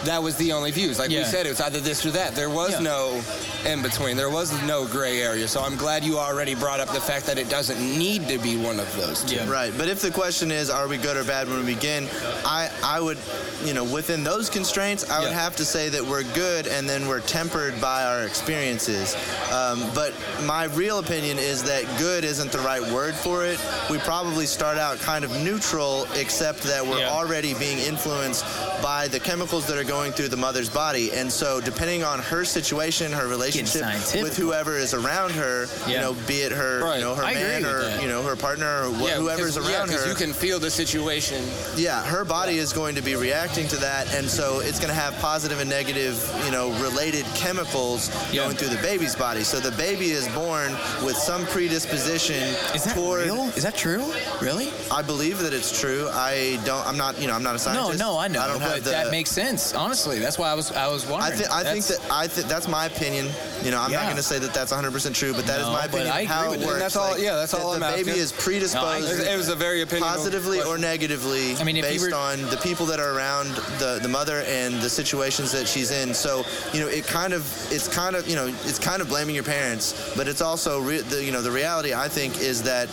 That was the only views. Like we Yeah. said, it was either this or that. There was Yeah. no in between. There was no gray area. So I'm glad you already brought up the fact that it doesn't need to be one of those. Two. Yeah. Right. But if the question is, are we good or bad when we begin, I, I would, you know, within those constraints, I would Yeah. have to say that we're good and then we're tempered by our experiences. Um, but my real opinion is that good isn't the right word for it. We probably start out kind of neutral, except that we're Yeah. already being influenced by the chemicals that are going through the mother's body. And so, depending on her situation, her relationship scientific. with whoever is around her, you Yeah. know, be it her, Right. you know, her I agree man with or, that. you know, her partner or wh- Yeah, whoever's because- around yeah, 'cause her. you can feel the situation. yeah, her body is going to be reacting to that, and so it's going to have positive and negative, you know, related chemicals Yeah. going through the baby's body. So the baby is born with some predisposition Is that toward. real? Is that true? Really? I believe that it's true. I don't. I'm not. You know, I'm not a No, scientist. no, I know, I don't have but the. that makes sense. Honestly, that's why I was I was I, wondering. thi- I think That's- that I think that's my opinion. You know, I'm not Yeah. going to say that that's 100 percent true, but that is No, my but opinion. of I agree how with it it. works. And that's all- Like, yeah, that's that all I'm The baby asking. is predisposed. It was a very opinion. positively or negatively I mean, if you based were- on the people that are around the, the mother and the situations that she's in so you know it kind of it's kind of you know it's kind of blaming your parents but it's also re- the, you know the reality i think is that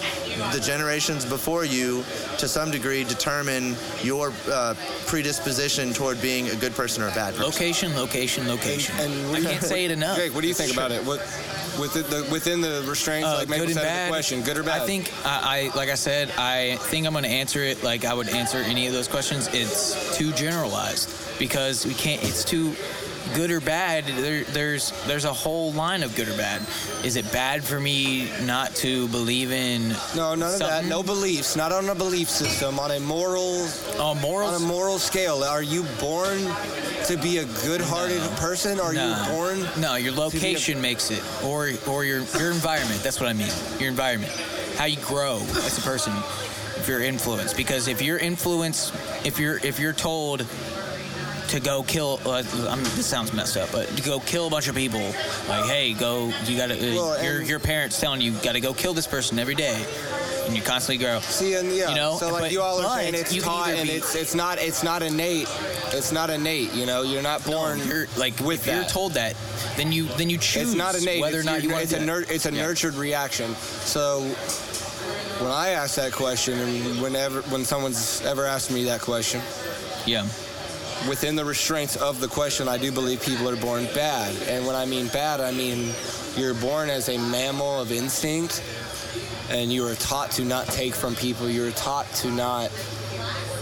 the generations before you to some degree determine your uh, predisposition toward being a good person or a bad person location, location, location. and I can't say it enough. *laughs* Jake, what do you think about it? What within the within the restraints, Uh, like Maple good and said, of bad. the question, good or bad? I think I, I like I said, I think I'm going to answer it like I would answer any of those questions. It's too generalized because we can't. It's too good or bad. There, there's there's a whole line of good or bad. Is it bad for me not to believe in no, none of that. something? No beliefs. Not on a belief system. On a moral Uh, morals. on a moral scale. Are you born to be a good-hearted person? Are No. you born? No, your location makes it, or or your your environment. That's what I mean. Your environment, how you grow as a person, if you're influenced. Because if you're influenced, if you're if you're told to go kill, uh, I'm, this sounds messed up, but to go kill a bunch of people, like hey, go, you gotta, uh, Well, your and- your parents telling you, gotta go kill this person every day, and you constantly grow. See, and yeah, You know, so like but- you all but are saying, it's you can taught either and be- it's it's not it's not innate. It's not innate. You know, you're not born. You're, like with if that. you're told that, then you then you choose It's not innate. whether it's or not your- you want it's to. a do nur- that. it's a Yeah. nurtured reaction. So when I ask that question, and whenever when someone's ever asked me that question, Yeah. within the restraints of the question, I do believe people are born bad. And when I mean bad, I mean you're born as a mammal of instinct, and you are taught to not take from people. You're taught to not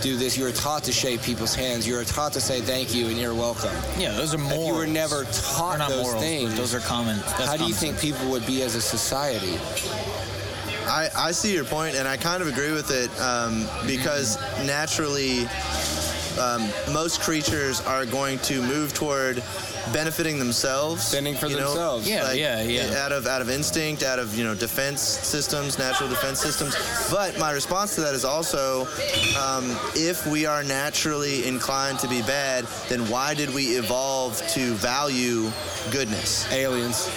do this. You're taught to shake people's hands. You're taught to say thank you and you're welcome. Yeah, those are morals. If you were never They're taught not those morals, but things, Those are common. That's how do you common think sense. people would be as a society? I, I see your point, and I kind of agree with it um, because naturally, um, most creatures are going to move toward benefiting themselves, Fending for you know, themselves. Yeah, yeah, yeah. Out of out of instinct, out of you know defense systems, natural defense systems. But my response to that is also, um, if we are naturally inclined to be bad, then why did we evolve to value goodness? Aliens.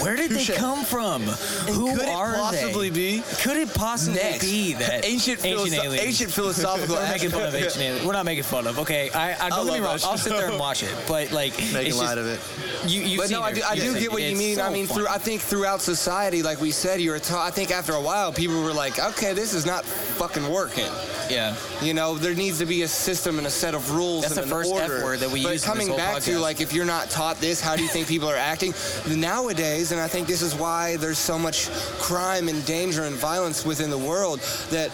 Where did they Touche. come from? Who could it are possibly they? be? Could it possibly Next. be that *laughs* Ancient, ancient philosoph- aliens? ancient philosophical We're making fun of ancient aliens. We're not making fun of. Okay, I, I don't get me love wrong. that I'll sit there and watch it, but *laughs* like Making it's light just, of it. You, you've But seen no, I it. do, I do You've get seen what it. you It's mean. I so mean, fun. through, I think throughout society, like we said, you're. T- I think after a while, people were like, okay, this is not fucking working. yeah, You know, there needs to be a system and a set of rules That's and the an first F order. word that we but use in coming this whole back to podcast. like, if you're not taught this, how do you think people are acting nowadays? And I think this is why there's so much crime and danger and violence within the world that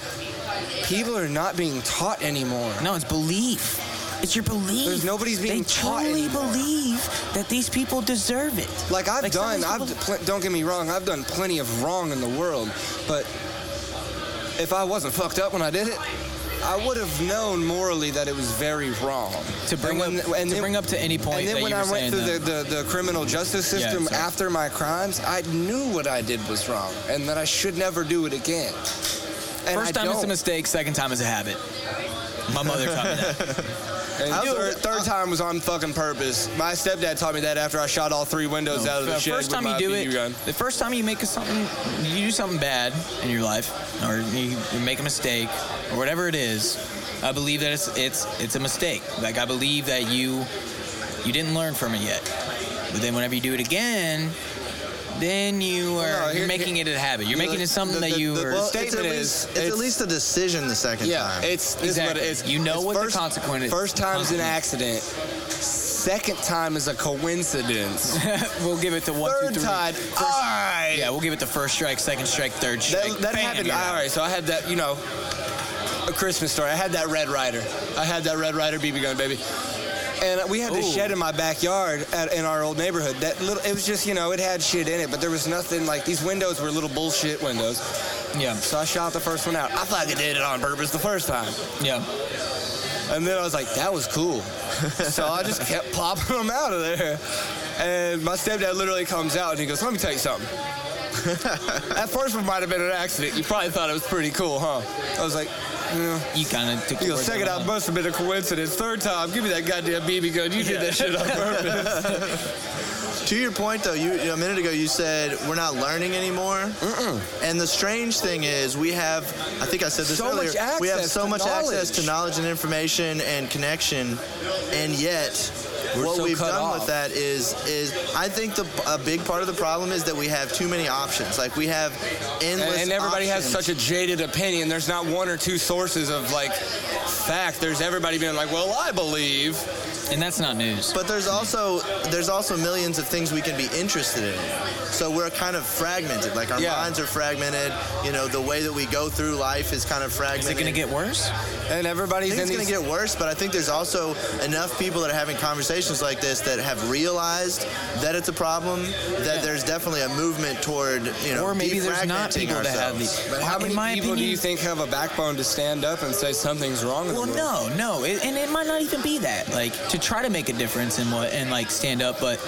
people are not being taught anymore. no, it's belief. It's your belief. There's nobody's being They taught truly anymore. believe that these people deserve it. Like I've some of done, these I've people- pl- don't get me wrong, I've done plenty of wrong in the world, but if I wasn't fucked up when I did it, I would have known morally that it was very wrong. to bring And up when- and to then- bring up to any point And then that when you I were saying went through that. the, the, the criminal justice Yeah, system sorry. after my crimes, I knew what I did was wrong and that I should never do it again. And First I time don't. *laughs* it's a mistake, second time it's a habit. My mother taught me that. And I was third, a- uh, third time was on fucking purpose. My stepdad taught me that after I shot all three windows out of the, The shed first with time my you do BB it, gun. the first time you make a something, you do something bad in your life, or you, you make a mistake, or whatever it is. I believe that it's it's it's a mistake. Like I believe that you you didn't learn from it yet. But then whenever you do it again, then you are no, here- you're making it a habit. You're making it something the- that the- you the- are. well, it's at statement least, is, it's, it's- at least a decision the second Yeah, time. it's this is Exactly. what it is. You know It's what the consequence is. First time's an Consequence. accident. Second time is a *laughs* coincidence. *laughs* we'll give it the one, two, Third three. time, all right. Yeah, we'll give it the first strike, second strike, third strike. That, that Bam, happened. you're out. All right, so I had that, you know, a Christmas story. I had that Red Rider. I had that Red Rider BB gun, baby. And we had this Ooh. shed in my backyard at, in our old neighborhood. That little, it was just, you know, it had shit in it, but there was nothing like these windows were little bullshit windows. Yeah, So I shot the first one out. I fucking did it on purpose the first time. yeah. And then I was like, that *laughs* was cool. so I just kept popping them out of there. And my stepdad literally comes out and he goes, let me tell *laughs* you something. That first one might have been an accident. You probably thought it was pretty cool, huh? I was like, yeah. You kind of took. He the goes, words second out of out my mouth. must have been a coincidence. Third time, give me that goddamn BB gun. You did that shit *laughs* on purpose. To your point, though, you a minute ago you said we're not learning anymore. And the strange thing is, we have, I think I said this So earlier, much we have access so to much access to knowledge. knowledge and information and connection, and yet. what so we've cut done off. with that is is I think the a big part of the problem is that we have too many options. Like we have endless And, and everybody has options. such a jaded opinion. There's not one or two sources of like fact. There's everybody being like, well, I believe. and that's not news. But there's also there's also millions of things we can be interested in. So we're kind of fragmented. Like our Yeah. minds are fragmented. You know, the way that we go through life is kind of Is fragmented. it going to get worse? And I everybody's think in it's going these to get worse, but I think there's also enough people that are having conversations like this that have realized that it's a problem. That there's definitely a movement toward you know Or maybe there's not defragmenting people that have ourselves. these. But how In many my people do opinion- you think have a backbone to stand up and say something's wrong? with Well, the world? no, no, it, and it might not even be that. Like to try to make a difference and what and like stand up, but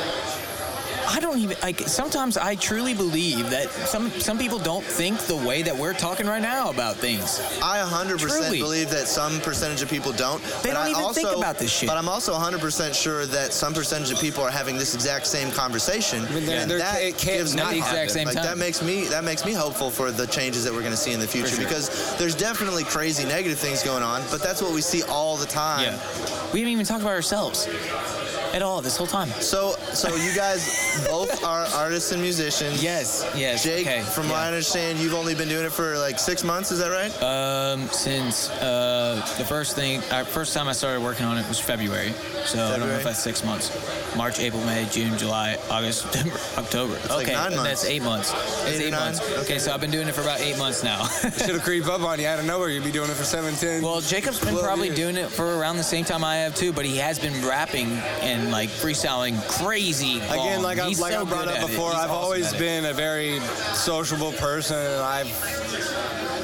I don't even like. Sometimes I truly believe that some some people don't think the way that we're talking right now about things. I 100% Truly. believe that some percentage of people don't. They but don't I even also, think about this shit. But I'm also 100% sure that some percentage of people are having this exact same conversation. But they're- and they're- that it can't gives not me the hope. exact same like, time. That makes me that makes me hopeful for the changes that we're going to see in the future sure. because there's definitely crazy negative things going on, but that's what we see all the time. we haven't even talked about ourselves at all this whole time. So so you guys *laughs* both are artists and musicians. Yes, yes. Jake, okay, from yeah. what I understand, you've only been doing it for like six months. Is that right? Um, since uh, the first thing, uh, first time I started working on it was February, so I don't know February. if that's six months. March, April, May, June, July, August, *laughs* September, October. like okay, nine months. that's eight months. That's Eight or eight, nine? months. Okay. Okay. so I've been doing it for about eight months now. *laughs* *laughs* Should have creeped up on you out of nowhere. You'd be doing it for 710. well, Jacob's been Well, probably yeah. doing it for around the same time I have too, but he has been rapping and like freestyling crazy. Again, long. like, I, oh, He's like so I brought good at up it. before, He's I've awesome always at it. been a very sociable person, and I've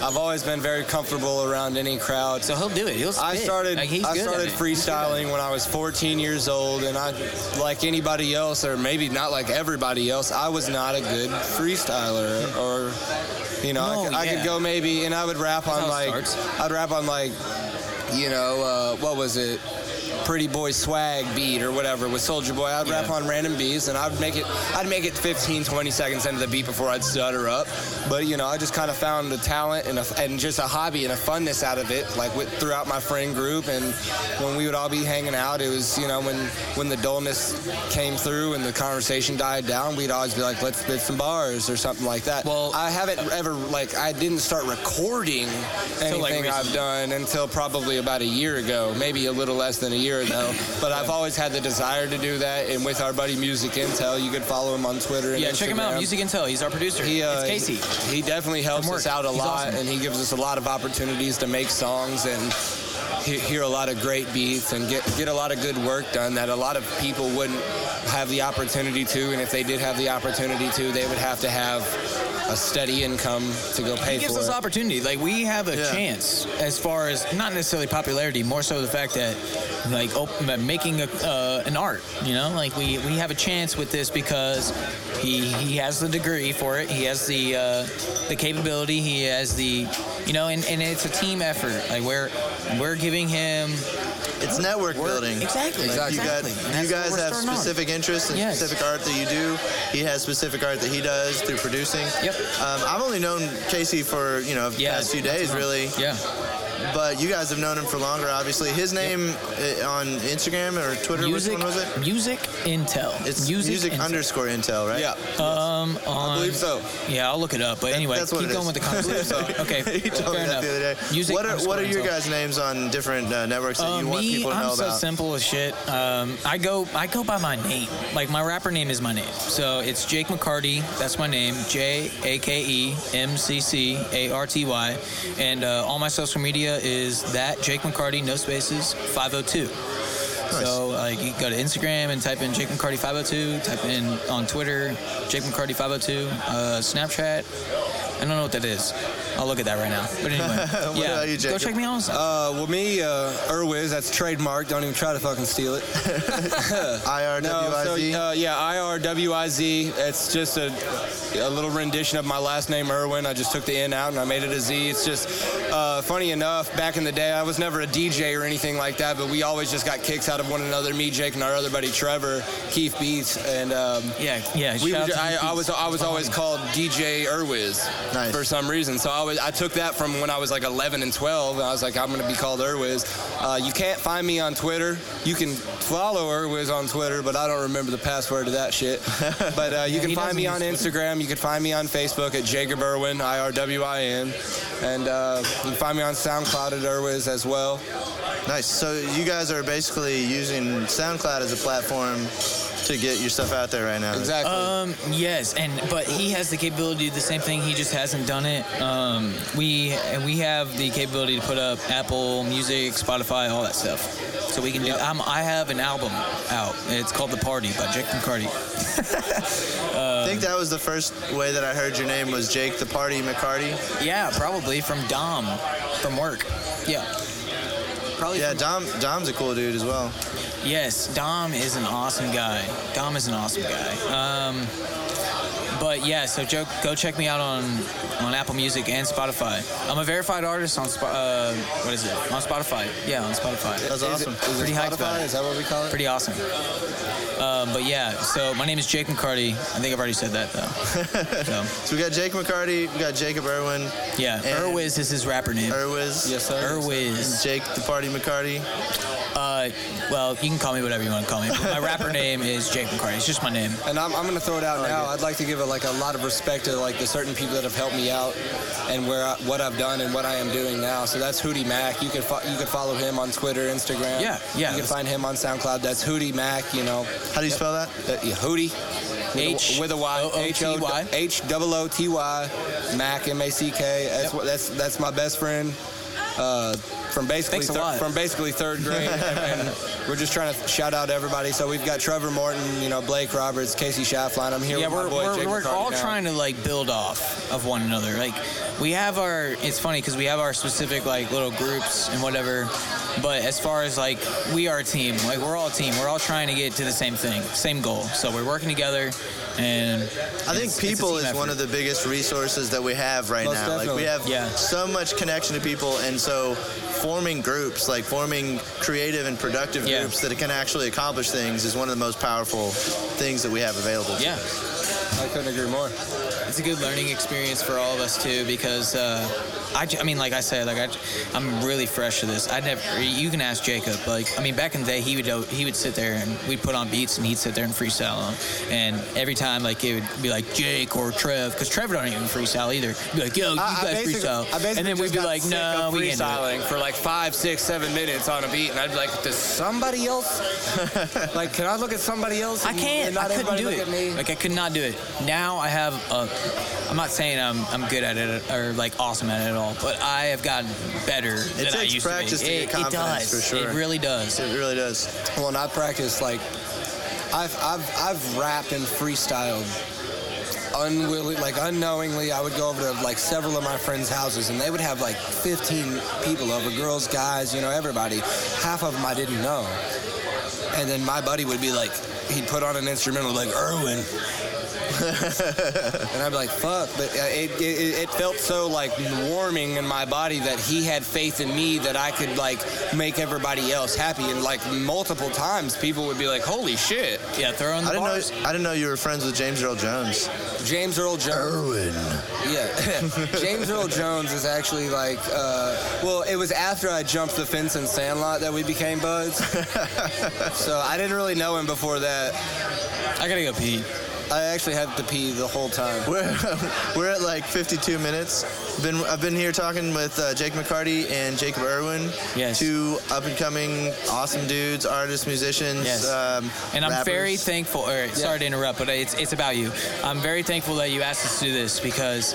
I've always been very comfortable around any crowd. So he'll do it. He'll. I spit. started Like, he's I good at started it. freestyling when I was 14 years old, and I, like anybody else, or maybe not like everybody else, I was not a good freestyler, or you know, I, No, could, I could yeah. go maybe, and I would rap how on it like starts. I'd rap on like you know uh, what was it. Pretty boy swag beat or whatever with Soldier Boy. I'd rap Yeah. on random beats and I'd make it. I'd make it 15, 20 seconds into the beat before I'd stutter up. But you know, I just kind of found a talent and, a, and just a hobby and a funness out of it. Like with, throughout my friend group and when we would all be hanging out, it was you know when when the dullness came through and the conversation died down, we'd always be like, let's spit some bars or something like that. Well- I haven't ever like I didn't start recording anything like, I've recently. done until probably about a year ago, maybe a little less than a year ago. But I've always had the desire to do that. And with our buddy Music Intel, you could follow him on Twitter. And Yeah, check him out. Instagram. Music and Tell. He's our producer. He, uh, it's Casey. He definitely helps From us work. out a He's lot, awesome. and he gives us a lot of opportunities to make songs and he- hear a lot of great beats and get get a lot of good work done that a lot of people wouldn't have the opportunity to. And if they did have the opportunity to, they would have to have a steady income to go pay It gives for us it. opportunity. Like we have a Yeah. chance as far as not necessarily popularity, more so the fact that like op- that making a, uh, an art. You know, like we we have a chance with this because he he has the degree for it. He has the uh, the capability. He has the you know, and, and it's a team effort. Like we're we're giving him it's network building. Exactly. You, got, Exactly. And you that's what guys we're have starting on. specific interests and Yes. specific art that you do. He has specific art that he does through producing. Yep. Um, I've only known Casey for you know the Yeah, past few days really, Yeah. but you guys have known him for longer. Obviously, his name uh on Instagram or Twitter, Music. which one was it? Music intel. It's music, Music Intel. underscore intel, right? Yeah, Um, on, I believe so. Yeah, I'll look it up. But anyway, that's what keep it going is. *laughs* with the conversation. okay, he told fair me that enough. the other day. Music what are what underscore are your intel. guys' names on different uh, networks that Uh, you want me, people to I'm know so about? simple as shit. Um, I go, I go by my name. Like my rapper name is my name, so it's Jake McCarty. That's my name, J A K E M C C A R T Y, and uh, all my social media is that Jake McCarty, no spaces, 502. So like you go to Instagram and type in Jake McCarty 502. Type in on Twitter Jake McCarty 502. Uh, Snapchat. I don't know what that is. I'll look at that right now. But anyway, *laughs* What yeah, about you, go Jacob? check me out. Uh, well, me, uh, Erwiz, that's trademark. Don't even try to fucking steal it. No, IRWIZ. so, uh, yeah, I R W I Z. It's just a, a little rendition of my last name, Irwin. I just took the N out and I made it a Z. It's just uh, funny enough. Back in the day, I was never a DJ or anything like that, but we always just got kicks out of one another. Me, Jake, and our other buddy Trevor, Keith Beats, and um, yeah, yeah. shout we were, out ju- to you, I, I Pete. was I was always called DJ Irwiz Nice. for some reason. So I, was, I took that from when I was like 11 and 12. And I was like, I'm going to be called Irwiz. Uh, you can't find me on Twitter. You can follow Irwiz on Twitter, but I don't remember the password to that shit. But uh, you he can find me on doesn't use Instagram. You can find me on Facebook at Jacob Irwin, I R W I N, and uh, you can find me on SoundCloud at Irwiz as well. nice. So you guys are basically using SoundCloud as a platform to get your stuff out there right now. Exactly. Um, yes, and but he has the capability to do the same thing. He just hasn't done it. Um, we and we have the capability to put up Apple Music, Spotify, all that stuff. So we can do. I'm, I have an album out. It's called The Party by Jake McCarty. I think that was the first way that I heard your name was Jake the Party McCarty. Yeah, probably from Dom, from work. Yeah, probably. Yeah, from- Dom Dom's a cool dude as well. Yes, Dom is an awesome guy. Dom is an awesome guy. Um, but yeah, so Joe, go check me out on on Apple Music and Spotify. I'm a verified artist on Spo- uh, what is it on Spotify? Yeah, on Spotify. That's Is it- awesome. is it Pretty hyped about Spotify? it. Is that what we call it? Pretty awesome. Um, but yeah, so my name is Jake McCarty. I think I've already said that *laughs* though. so So we got Jake McCarty, we got Jacob Irwin, yeah, And- Er-, Erwiz is his rapper name. Irwiz, yes, sir. Erwiz. Jake the Party McCarty. Uh, well, you can call me whatever you want to call me. But my *laughs* rapper name is Jake McCarty. It's just my name. And I'm, I'm going to throw it out like now. it. I'd like to give a, like a lot of respect to like the certain people that have helped me out, and where I, what I've done and what I am doing now. So that's Hootie Mac. You could fo- you could follow him on Twitter, Instagram. Yeah, yeah. You can find him on SoundCloud. That's Hootie Mac. You know, How do you spell that? uh, yeah, Hootie. with a- H with a Y, O O T Y. H double O T Y, Mac M A C K. That's what that's that's my best friend. Uh, from basically Thanks a thir- lot. from basically *laughs* third grade, and, and we're just trying to shout out everybody. So we've got Trevor Morton, you know Blake Roberts, Casey Shafline. I'm here yeah, with my we're, boy we're, Jake we're McCarty all now. trying to like build off of one another. Like we have our it's funny because we have our specific like little groups and whatever, but as far as like we are a team, like we're all a team. We're all trying to get to the same thing, same goal. So we're working together, and I think it's- it's a people team is one effort. of the biggest resources that we have right Most now. Like we definitely. have Yeah. so much connection to people, and so forming groups, like forming creative and productive Yeah. groups that can actually accomplish things, is one of the most powerful things that we have available. yeah. I couldn't agree more. It's a good learning experience for all of us too, because uh, I, j- I mean, like I said, like I, j- I'm really fresh to this. I never. You can ask Jacob. Like I mean, back in the day, he would o- he would sit there and we'd put on beats and he'd sit there and freestyle. On. And every time, like it would be like Jake or Trev, because Trev don't even freestyle either. He'd be like, Yo, you I- I guys basically- freestyle, I basically and then we'd just be got like, sick No, of we can't do it. freestyling for like five, six, seven minutes on a beat, and I'd be like, does somebody else? *laughs* like, can I look at somebody else? I and- can't. and not I couldn't everybody do it. look at me? Like I could not do it. Now I have. A, I'm not saying I'm I'm good at it or like awesome at it at all, but I have gotten better than I takes used practice to to be. get it, it confidence, does. for sure. It really does. It really does. Well, not practice. Like, I've I've I've rapped and freestyled. Unwilling, like unknowingly, I would go over to like several of my friends' houses, and they would have like 15 people over, girls, guys, you know, everybody. Half of them I didn't know, and then my buddy would be like, he'd put on an instrumental, like Irwin, and I'd be like, fuck. But uh, it, it, it felt so like warming in my body that he had faith in me that I could like make everybody else happy. And like multiple times, people would be like, holy shit. Yeah, throw I in the didn't bars. know. I didn't know you were friends with James Earl Jones. *laughs* James Earl Jones. Irwin. Yeah, *laughs* James Earl Jones is actually like, uh, well, it was after I jumped the fence in Sandlot that we became *laughs* buds. so I didn't really know him before that. I gotta go pee. I actually had to pee the whole time. We're, we're at like 52 minutes. Been I've been here talking with uh, Jake McCarty and Jacob Irwin. Yes. Two up and coming awesome dudes, artists, musicians. Yes. Um, And I'm rappers. very thankful. Or, Sorry to interrupt, but it's it's about you. I'm very thankful that you asked us to do this because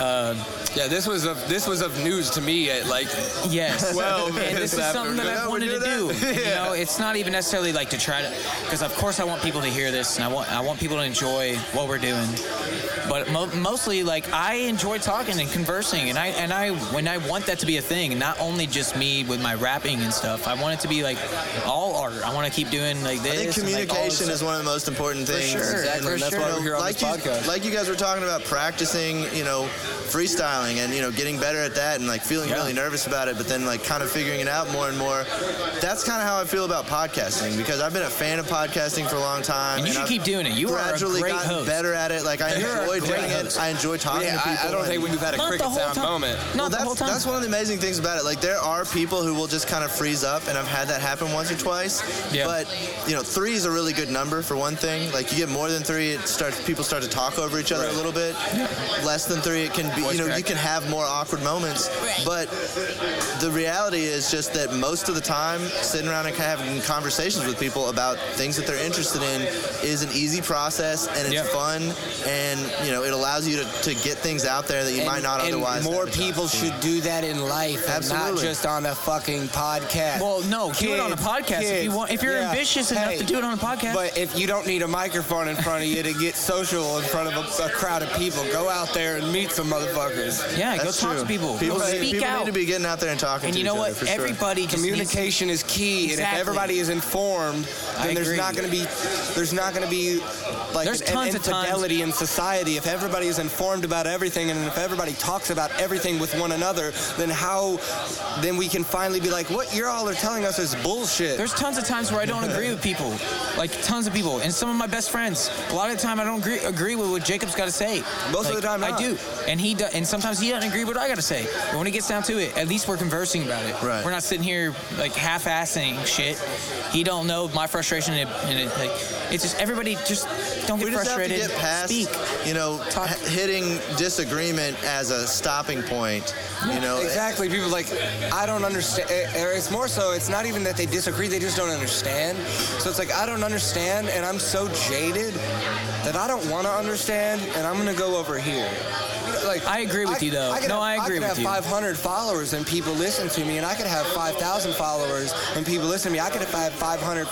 Yeah, this was of this was of news to me at like *laughs* Yes. Well, and this is that's something that after- I've Yeah, we wanted do to do. that. You know, it's not even necessarily like to try to, because of course I want people to hear this, and I want I want people to enjoy what we're doing. But mo- mostly, like I enjoy talking and conversing, and I and I when I want that to be a thing, and not only just me with my rapping and stuff. I want it to be like all art. I want to keep doing like I this. think and, like, all this communication is one of the most important things. sure. Exactly. And For that's why sure. we're here on like this you, podcast. Like you guys were talking about practicing, you know, freestyling and you know getting better at that and like feeling Yeah. really nervous about it, but then like kind of figuring it out more and more. That's kind of how I feel about podcasting because I've been a fan of podcasting for a long time. And you should I've keep doing it. You are a gradually great gotten host. better at it. Like I You're a enjoy great doing host. it. I enjoy talking yeah, to people. I, I don't and- think we've had a Not the cricket whole sound time. moment. Not well, the that's, whole time. that's one of the amazing things about it. Like, there are people who will just kind of freeze up, and I've had that happen once or twice. Yeah. But, you know, three is a really good number for one thing. Like, you get more than three, it starts people start to talk over each other a little bit. Less than three, it can be, you know, you can have more awkward moments. But the reality is just that most of the time, sitting around and kind of having conversations with people about things that they're interested in is an easy process, and it's Yeah. fun, and, you know, it allows you to, to get things out there that you might not and otherwise. more have a chance people to. should do that in life, and Absolutely. not just on a fucking podcast. Well, no, do it on a Kids, podcast if you kids, want. If you're yeah. ambitious enough Hey, to do it on a podcast, But if you don't need a microphone in front of you to get social in front of a, a crowd of people, go out there and meet some motherfuckers. yeah, go That's talk true. to people. People, go need- speak people out. need to be getting out there and talking and to you know each what? Other, for sure. Everybody just needs to Communication is key, and Exactly. if everybody is informed, I then there's agree. not going to be there's not going to be like There's an, tons of times- infidelity in society. If everybody is informed about everything, and if everybody talks about everything with one another, then how then we can finally be like, what you're all are telling us is bullshit. There's tons of times where I don't agree with people, like tons of people, and some of my best friends. A lot of the time, I don't agree, agree with what Jacob's got to say. Most Like, of the time, I not. do, and he do, and sometimes he doesn't agree with what I got to say. But when it gets down to it, at least we're conversing about it. Right. We're not sitting here like half-assing shit. He don't know my frustration, and it, and it like it's just everybody just don't get we just have to frustrated. get past, Speak. you know, Talk. h- hitting disagreement as a stopping point. You know, Exactly. People are like, I don't understand. It's more so, it's not even that they disagree, they just don't understand. So it's like, I don't understand, and I'm so jaded that I don't want to understand, and I'm going to go over here. Like, I agree with you, though. could No, I have- agree could with have you. 500 followers and people listen to me, and I could have 5,000 followers and people listen to me. I could have 500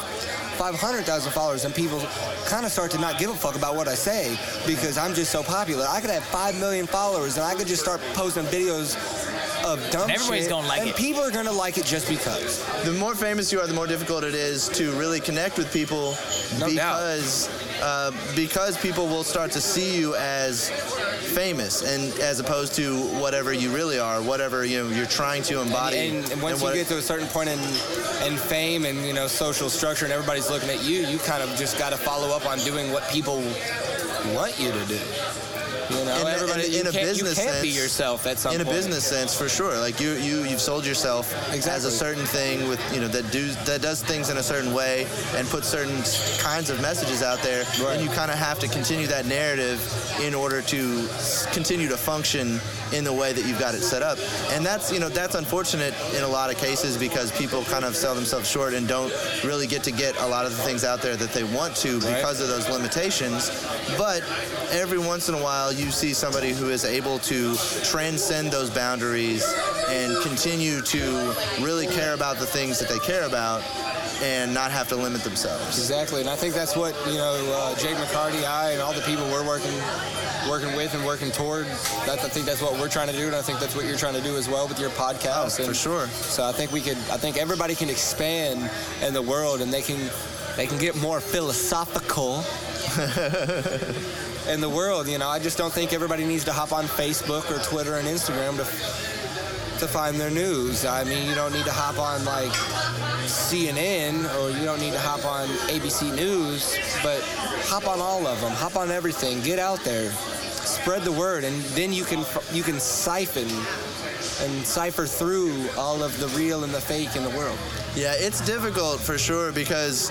500,000 followers and people kind of start to not give a fuck about what I say because I'm just so popular. I could have 5 million followers and I could just start posting videos of dumb And everybody's shit, gonna like and it. people are gonna like it just because. the more famous you are, the more difficult it is to really connect with people No doubt. because uh, because people will start to see you as famous and as opposed to whatever you really are, whatever you know, you're trying to embody. And, and once what- you get to a certain point in, in fame and you know social structure and everybody's looking at you, you kind of just got to follow up on doing what people want you to do. You know, In a- everybody in a- you in a can't, business you can't be sense- yourself at some in a point. business sense for sure like you you you've sold yourself as Exactly. a certain thing with you know that do that does things in a certain way and puts certain kinds of messages out there Right. and you kind of have to continue that narrative in order to s- continue to function in the way that you've got it set up and that's you know that's unfortunate in a lot of cases because people kind of sell themselves short and don't really get to get a lot of the things out there that they want to Right. because of those limitations but every once in a while you see somebody who is able to transcend those boundaries and continue to really care about the things that they care about and not have to limit themselves. Exactly, and I think that's what you know, uh, Jake McCarty, I, and all the people we're working, working with and working toward. That's, I think that's what we're trying to do, and I think that's what you're trying to do as well with your podcast. Oh, for and sure. So I think we could, I think everybody *laughs* can expand in the world, and they can, they can get more philosophical in the world. You know, I just don't think everybody needs to hop on Facebook or Twitter and Instagram to to find their news. I mean, you don't need to hop on like CNN or oh, you don't need to hop on ABC News, but hop on all of them. Hop on everything. Get out there, spread the word, and then you can you can siphon and cipher through all of the real and the fake in the world. Yeah, it's difficult for sure because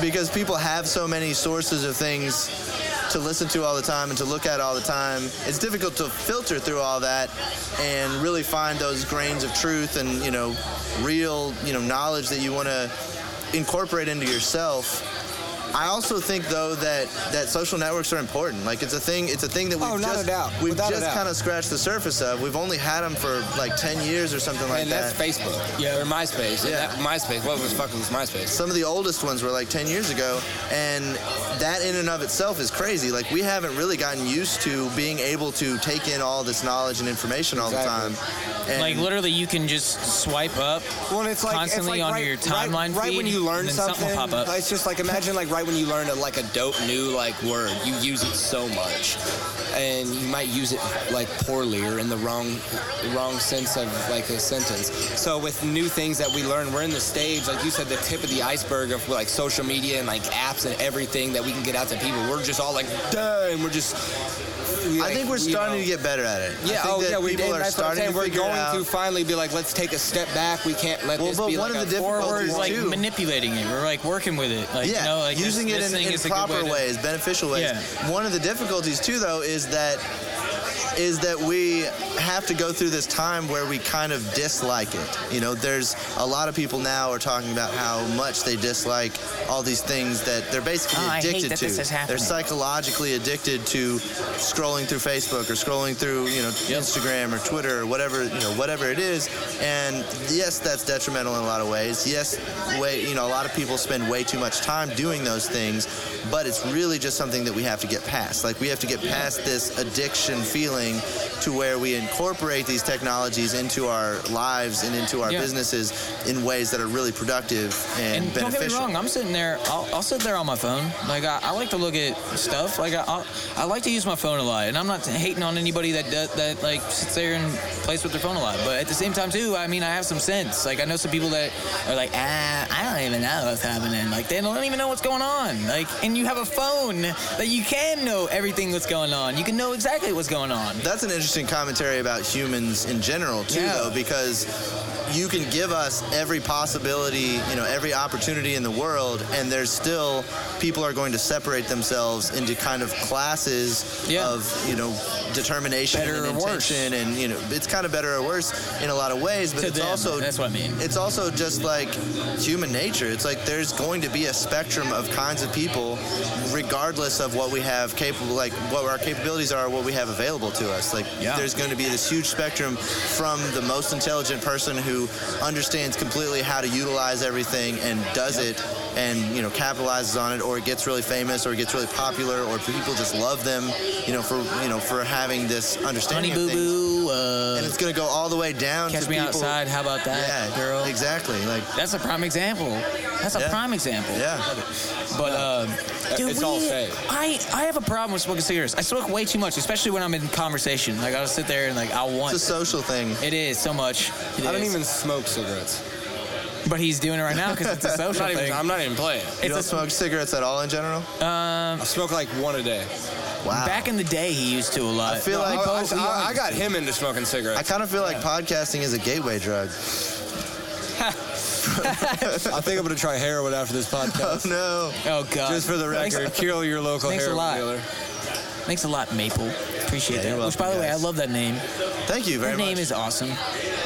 because people have so many sources of things to listen to all the time and to look at all the time. It's difficult to filter through all that and really find those grains of truth and you know real you know knowledge that you want to incorporate into yourself. I also think though that that social networks are important. Like it's a thing. It's a thing that we've Oh, not just a doubt. we've Without a just doubt. kind of scratched the surface of. We've only had them for like ten years or something like and that. that's Facebook. Yeah. Or MySpace. And Yeah. that- MySpace. What was fucking was MySpace? some of the oldest ones were like 10 years ago and that in and of itself is crazy like we haven't really gotten used to being able to take in all this knowledge and information all Exactly. the time and Like literally, you can just swipe up. Well, and it's like Constantly it's on like right, your right, timeline right when feed, you learn and then something something. will pop up. It's just like imagine like right when you learn a, like a dope new like word, you use it so much, and you might use it like poorly or in the wrong wrong sense of like a sentence. So with new things that we learn, we're in the stage like you said, the tip of the iceberg of like social media and like apps and everything that we can get out to people. We're just all like, duh, and we're just. i think we're starting to get better at it I Yeah, think oh that yeah, we people did. are That's what I'm starting saying. to We're figure it going out. to finally be like, let's take a step back. We can't let Well, this but be one like of the a difficulties forward, is, like, Like Dude. manipulating it. We're like working with it. Like, yeah, you know, like this- using it this, thing in, in is a good proper way to- ways, beneficial ways. Yeah. One of the difficulties too, though, is that is that we have to go through this time where we kind of dislike it. You know, there's a lot of people now are talking about how much they dislike all these things that they're basically Oh, I hate addicted that to. this is happening. They're psychologically addicted to scrolling through Facebook or scrolling through, you know, Instagram or Twitter or whatever, you know, whatever it is. And yes, that's detrimental in a lot of ways. Yes, way, you know, a lot of people spend way too much time doing those things, but it's really just something that we have to get past. Like we have to get past this addiction feeling to where we incorporate these technologies into our lives and into our Yeah. businesses in ways that are really productive and, And don't beneficial. get me wrong, I'm sitting there. I'll, I'll sit there on my phone. Like I, I like to look at stuff. Like I, I'll, I like to use my phone a lot, and I'm not hating on anybody that does, that like sits there and plays with their phone a lot. But at the same time, too, I mean, I have some sense. Like I know some people that are like, ah, I don't even know what's happening. Like they don't even know what's going on. Like, and you have a phone that you can know everything that's going on. You can know exactly what's going on. That's an interesting commentary about humans in general too, Yeah. though, because you can give us every possibility, you know, every opportunity in the world, and there's still people are going to separate themselves into kind of classes Yeah. of, you know, determination Better and or worse. intention, and you know, it's kind of better or worse in a lot of ways, but To it's them, also that's what I mean. it's also just like human nature. It's like there's going to be a spectrum of kinds of people, regardless of what we have capable, like what our capabilities are, what we have available to us. Like Yeah. there's going to be this huge spectrum from the most intelligent person who understands completely how to utilize everything and does it, and you know capitalizes on it, or gets really famous, or gets really popular, or people just love them, you know, for you know for having this understanding Honey of boo things. boo, uh, And it's going to go all the way down catch to me people. outside. How about that, Yeah, girl? Exactly. Like. That's a prime example. That's a Yeah. prime example. Yeah. But uh, do It's all fake. I, I have a problem with smoking cigarettes. I smoke way too much, especially when I'm in conversation. Like I'll sit there and like I want. It's a social thing. it is so much. It I don't is. even smoke cigarettes. But he's doing it right now because *laughs* it's a social Not even- thing. I'm not even playing. You don't it's a, smoke cigarettes at all in general? I smoke like one a day. Wow. back in the day he used to a lot. I feel I, like I- I- I got him into smoking I cigarettes. kind of feel like podcasting is a gateway drug. I think I'm gonna try heroin after this Oh podcast. no. Oh god. Just for *laughs* the Thanks- record, kill your local Thanks a heroin lot. dealer. Thanks a lot, Maple. Appreciate Yeah, that. you're Which, by welcome, the way, I guys. love that name. Thank you very That name much. is awesome.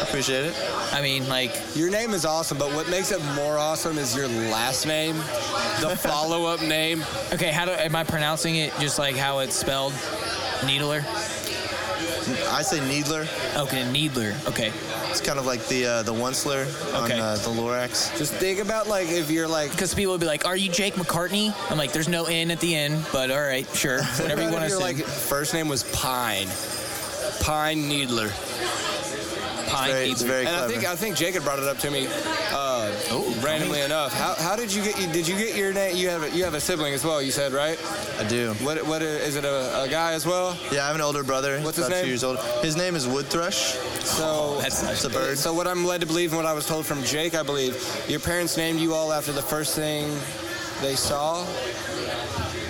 Appreciate it. I mean, like Your name is awesome, but what makes it more awesome is your last name, *laughs* the follow-up name. Okay, how do am I pronouncing it just like how it's spelled? Needler? I say Needler. Okay, Needler. Okay. It's kind of like the uh, the Onceler on Okay. uh, the Lorax. Just think about like if you're like Because people would be like, Are you Jake McCartney? I'm like, There's no N at the end, but all right, *laughs* sure. Whatever you What want to if say. your, like first name was Pine, Pine Needler. Pine Very, it's Needler. very and clever. I think I think Jacob brought it up to me. Uh, Oh, randomly enough. How, how did you get? Did you get your name? You have a, you have a sibling as well. You said right? I do. What what is it? A, a guy as well? Yeah, I have an older brother. What's his about name? Two years old. His name is Wood Thrush. Oh, So That's It's nice. a bird. So what I'm led to believe, and what I was told from Jake, I believe, your parents named you all after the first thing they saw.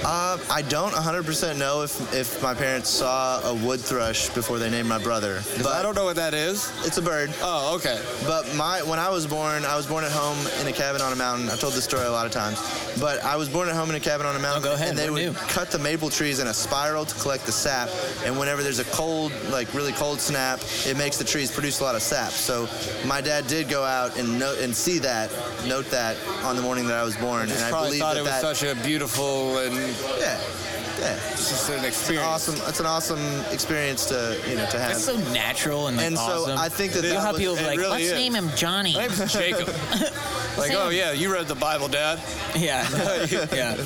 Uh, I don't 100% know if, if my parents saw a wood thrush before they named my brother, 'Cause but I don't know what that is. it's a bird. Oh, okay. But my when I was born, I was born at home in a cabin on a mountain. I've told this story a lot of times, but I was born at home in a cabin on a Oh, mountain, go ahead. and they We're would new. cut the maple trees in a spiral to collect the sap. And whenever there's a cold, like really cold snap, it makes the trees produce a lot of sap. So my dad did go out and note and see that, note that on the morning that I was born, and Just I probably believe thought that it was that such a beautiful and yeah, yeah. it's just an It's an experience. awesome. It's an awesome experience to you know to have. That's so natural and, like, and awesome. so I think that You'll that have was- people it like, really let's is. name him Johnny. My name's Jacob. like, oh yeah, you read the Bible, Dad. *laughs* *laughs* Yeah, yeah.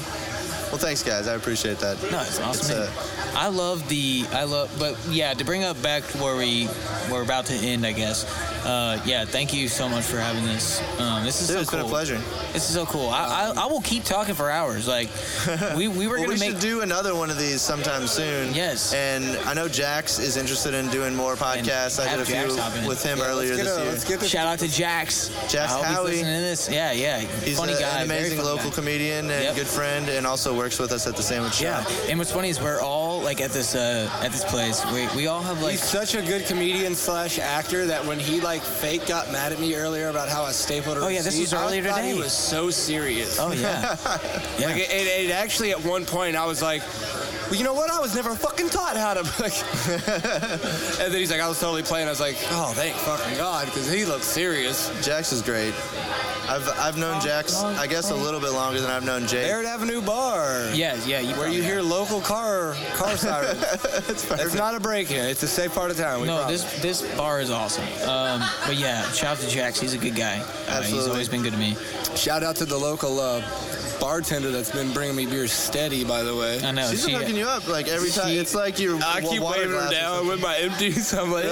Well, thanks guys. I appreciate that. No, it's It's, awesome. uh, I love the I love, but yeah, to bring up back to where we we're about to end, I guess. Uh, yeah, thank you so much for having this. Um, this is Dude, so it's been a cool. pleasure. This is so cool. I, I, I will keep talking for hours. Like we, we were Well, gonna we make should do another one of these sometime soon. Yes. And I know Jax is interested in doing more podcasts. I have did a Jax hop in. few with him earlier Let's get, this a, year. let's get this. shout out to Jax. Jax I hope Howie. He's listening to this. Yeah, yeah. He's funny a- guy. an very amazing funny local guy. comedian and Yep. good friend, and also works with us at the sandwich Yeah, shop. and what's funny is we're all like at this uh, at this place. We we all have like He's such a good comedian slash actor that when he like fake got mad at me earlier about how I stapled a Oh, yeah, this receipt, was earlier I thought today. He was so serious. *laughs* oh yeah yeah. Like it, it, it actually at one point I was like, well, you know what? I was never fucking taught how to. *laughs* *laughs* like- and then he's like, I was totally playing. I was like, oh, thank fucking god, because he looks serious. Jax is great. I've I've known Jax, I guess, a little bit longer than I've known Jake. *laughs* Barrett Avenue Bar. yeah Oh, yeah. You Where probably you are. hear local car *laughs* car sirens. it's not a break in. It's a safe part of town. We No, promise. this this bar is awesome. Um, but yeah, shout out to Jax. He's a good guy. Uh, he's Absolutely. always been good to me. Shout out to the local uh, bartender that's been bringing me beer steady, by the way. I know. She's Oh, she, been hooking you up like every time. she- It's like your I wa- keep water waving her glass or down with my empties. *laughs* I'm like,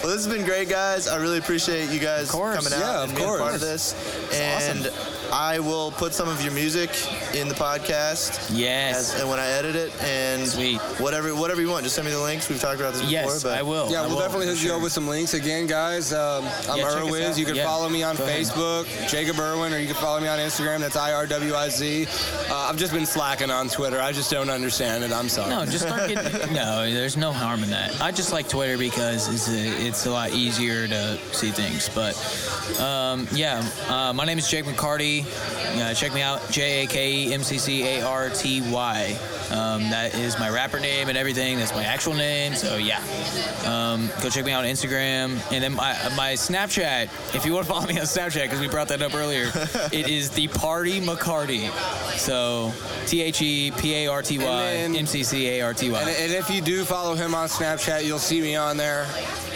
Well, this has been great, guys. I really appreciate you guys course, coming out yeah, and of being a part course. of this. and I will put some of your music in the podcast. Yes. As, and when I edit it, and Sweet. whatever whatever you want, just send me the links. We've talked about this yes, before, but I will. yeah, I we'll will, definitely for hook you up sure. with some links again, guys. Um, I'm Yeah, check us out. Irwiz. You can Yeah. follow me on Go ahead. Facebook, Jacob Irwin, or you can follow me on Instagram. That's I R W I Z. Uh, I've just been slacking on Twitter. I just don't understand it. I'm sorry. No, just start getting. no, there's no harm in that. I just like Twitter because it's a, it's a lot easier to see things. But um, yeah, uh, my name is Jake McCarty. Yeah, check me out, J A K E M C C A R T Y. Um, that is my rapper name and everything. That's my actual name. So yeah, um, go check me out on Instagram and then my uh, my Snapchat. If you want to follow me on Snapchat, because we brought that up earlier, it is the Party McCarty. So T H E P A R T Y. And then- M C C A R T And, Y. and if you do follow him on Snapchat, you'll see me on there.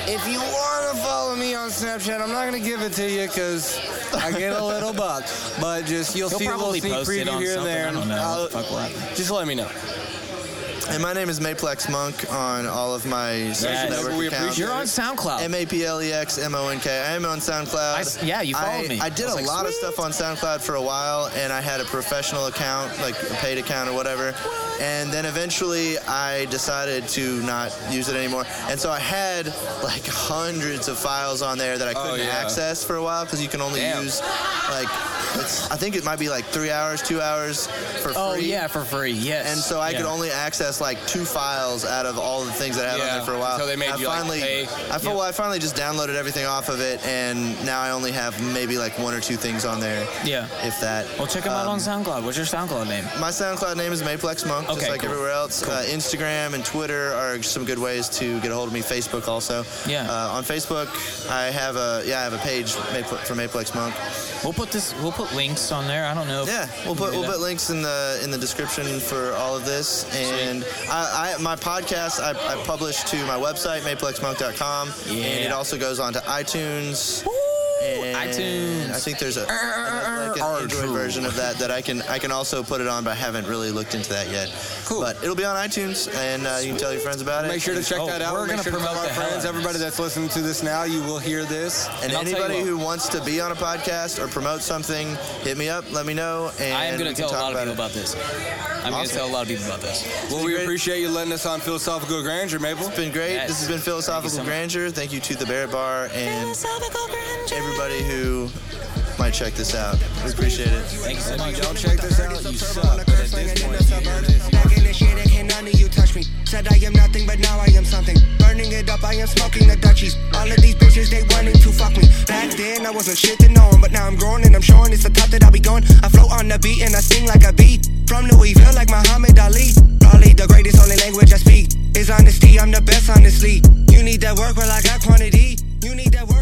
If you want to follow me on Snapchat, I'm not going to give it to you because I get a little buck. But just you'll He'll see a little probably sneak post it preview on here something. and there. I don't know. I'll- What the fuck will happen? just let me know. And my name is Maplex Monk on all of my social Yes. network We accounts. appreciate You're on SoundCloud. M A P L E X M O N K. I am on SoundCloud. I s- yeah, you followed I- me. I did I was a like, lot of stuff on SoundCloud for a while, and I had a professional account, like a paid account or whatever. And then eventually, I decided to not use it anymore. And so I had like hundreds of files on there that I Oh, couldn't yeah. access for a while because you can only Damn. use like it's, I think it might be like three hours, two hours for Oh free. yeah, for free. Yes. And so I yeah. could only access like two files out of all the things that I had Yeah, on there for a while. so they made I you, like, finally, pay. I, fi- well, I finally just downloaded everything off of it, and now I only have maybe like one or two things on there, Yeah. if that. Well, check him out on Um, SoundCloud. What's your SoundCloud name? My SoundCloud name is Maplex Monk, Okay, just like cool. everywhere else. Uh, Instagram and Twitter are some good ways to get a hold of me. Facebook also. Yeah. Uh, on Facebook, I have a yeah, I have a page Maple, for Maplex Monk. We'll put this. We'll put links on there. I don't know. if Yeah, we'll we can put do we'll that. put links in the in the description for all of this, and I, I my podcast I, I publish to my website maplexmonk.com, and Yeah. it also goes on to iTunes. And iTunes. I think there's a like an Android version of that that I can I can also put it on, but I haven't really looked into that yet. Cool. But it'll be on iTunes, and uh, you can tell your friends about it. Make sure to check Oh, that out. we're Make gonna sure to tell promote our the hell friends, out of everybody this. that's listening to this now, you will hear this. And And I'll tell you anybody what. who wants to be on a podcast or promote something, hit me up. Let me know. And I am going to tell a lot of people it. about this. I'm going to Awesome. tell a lot of people about this. Well, It's we great. appreciate you letting us on Philosophical Grandeur, Maple. It's been great. Yes. This has been Philosophical so much. Grandeur. Thank you to the Barrett Bar and everybody who might check this out. We appreciate it. Thank you so much. Y'all check this out. You suck. But at this point, you hear this. Back in the shit and can none of you touch me. Said I am nothing, but now I am something. Burning it up, I am smoking the Dutchies. All of these bitches, they wanting to fuck me. Back then, I wasn't shit to know 'em, but now I'm growing and I'm showing it's the top that I'll be going. I flow on the beat and I sing like a bee. From Louisville, like Muhammad Ali. Probably the greatest only language I speak is honesty. I'm the best, honestly. You need that work, well, I got quantity. You need that work.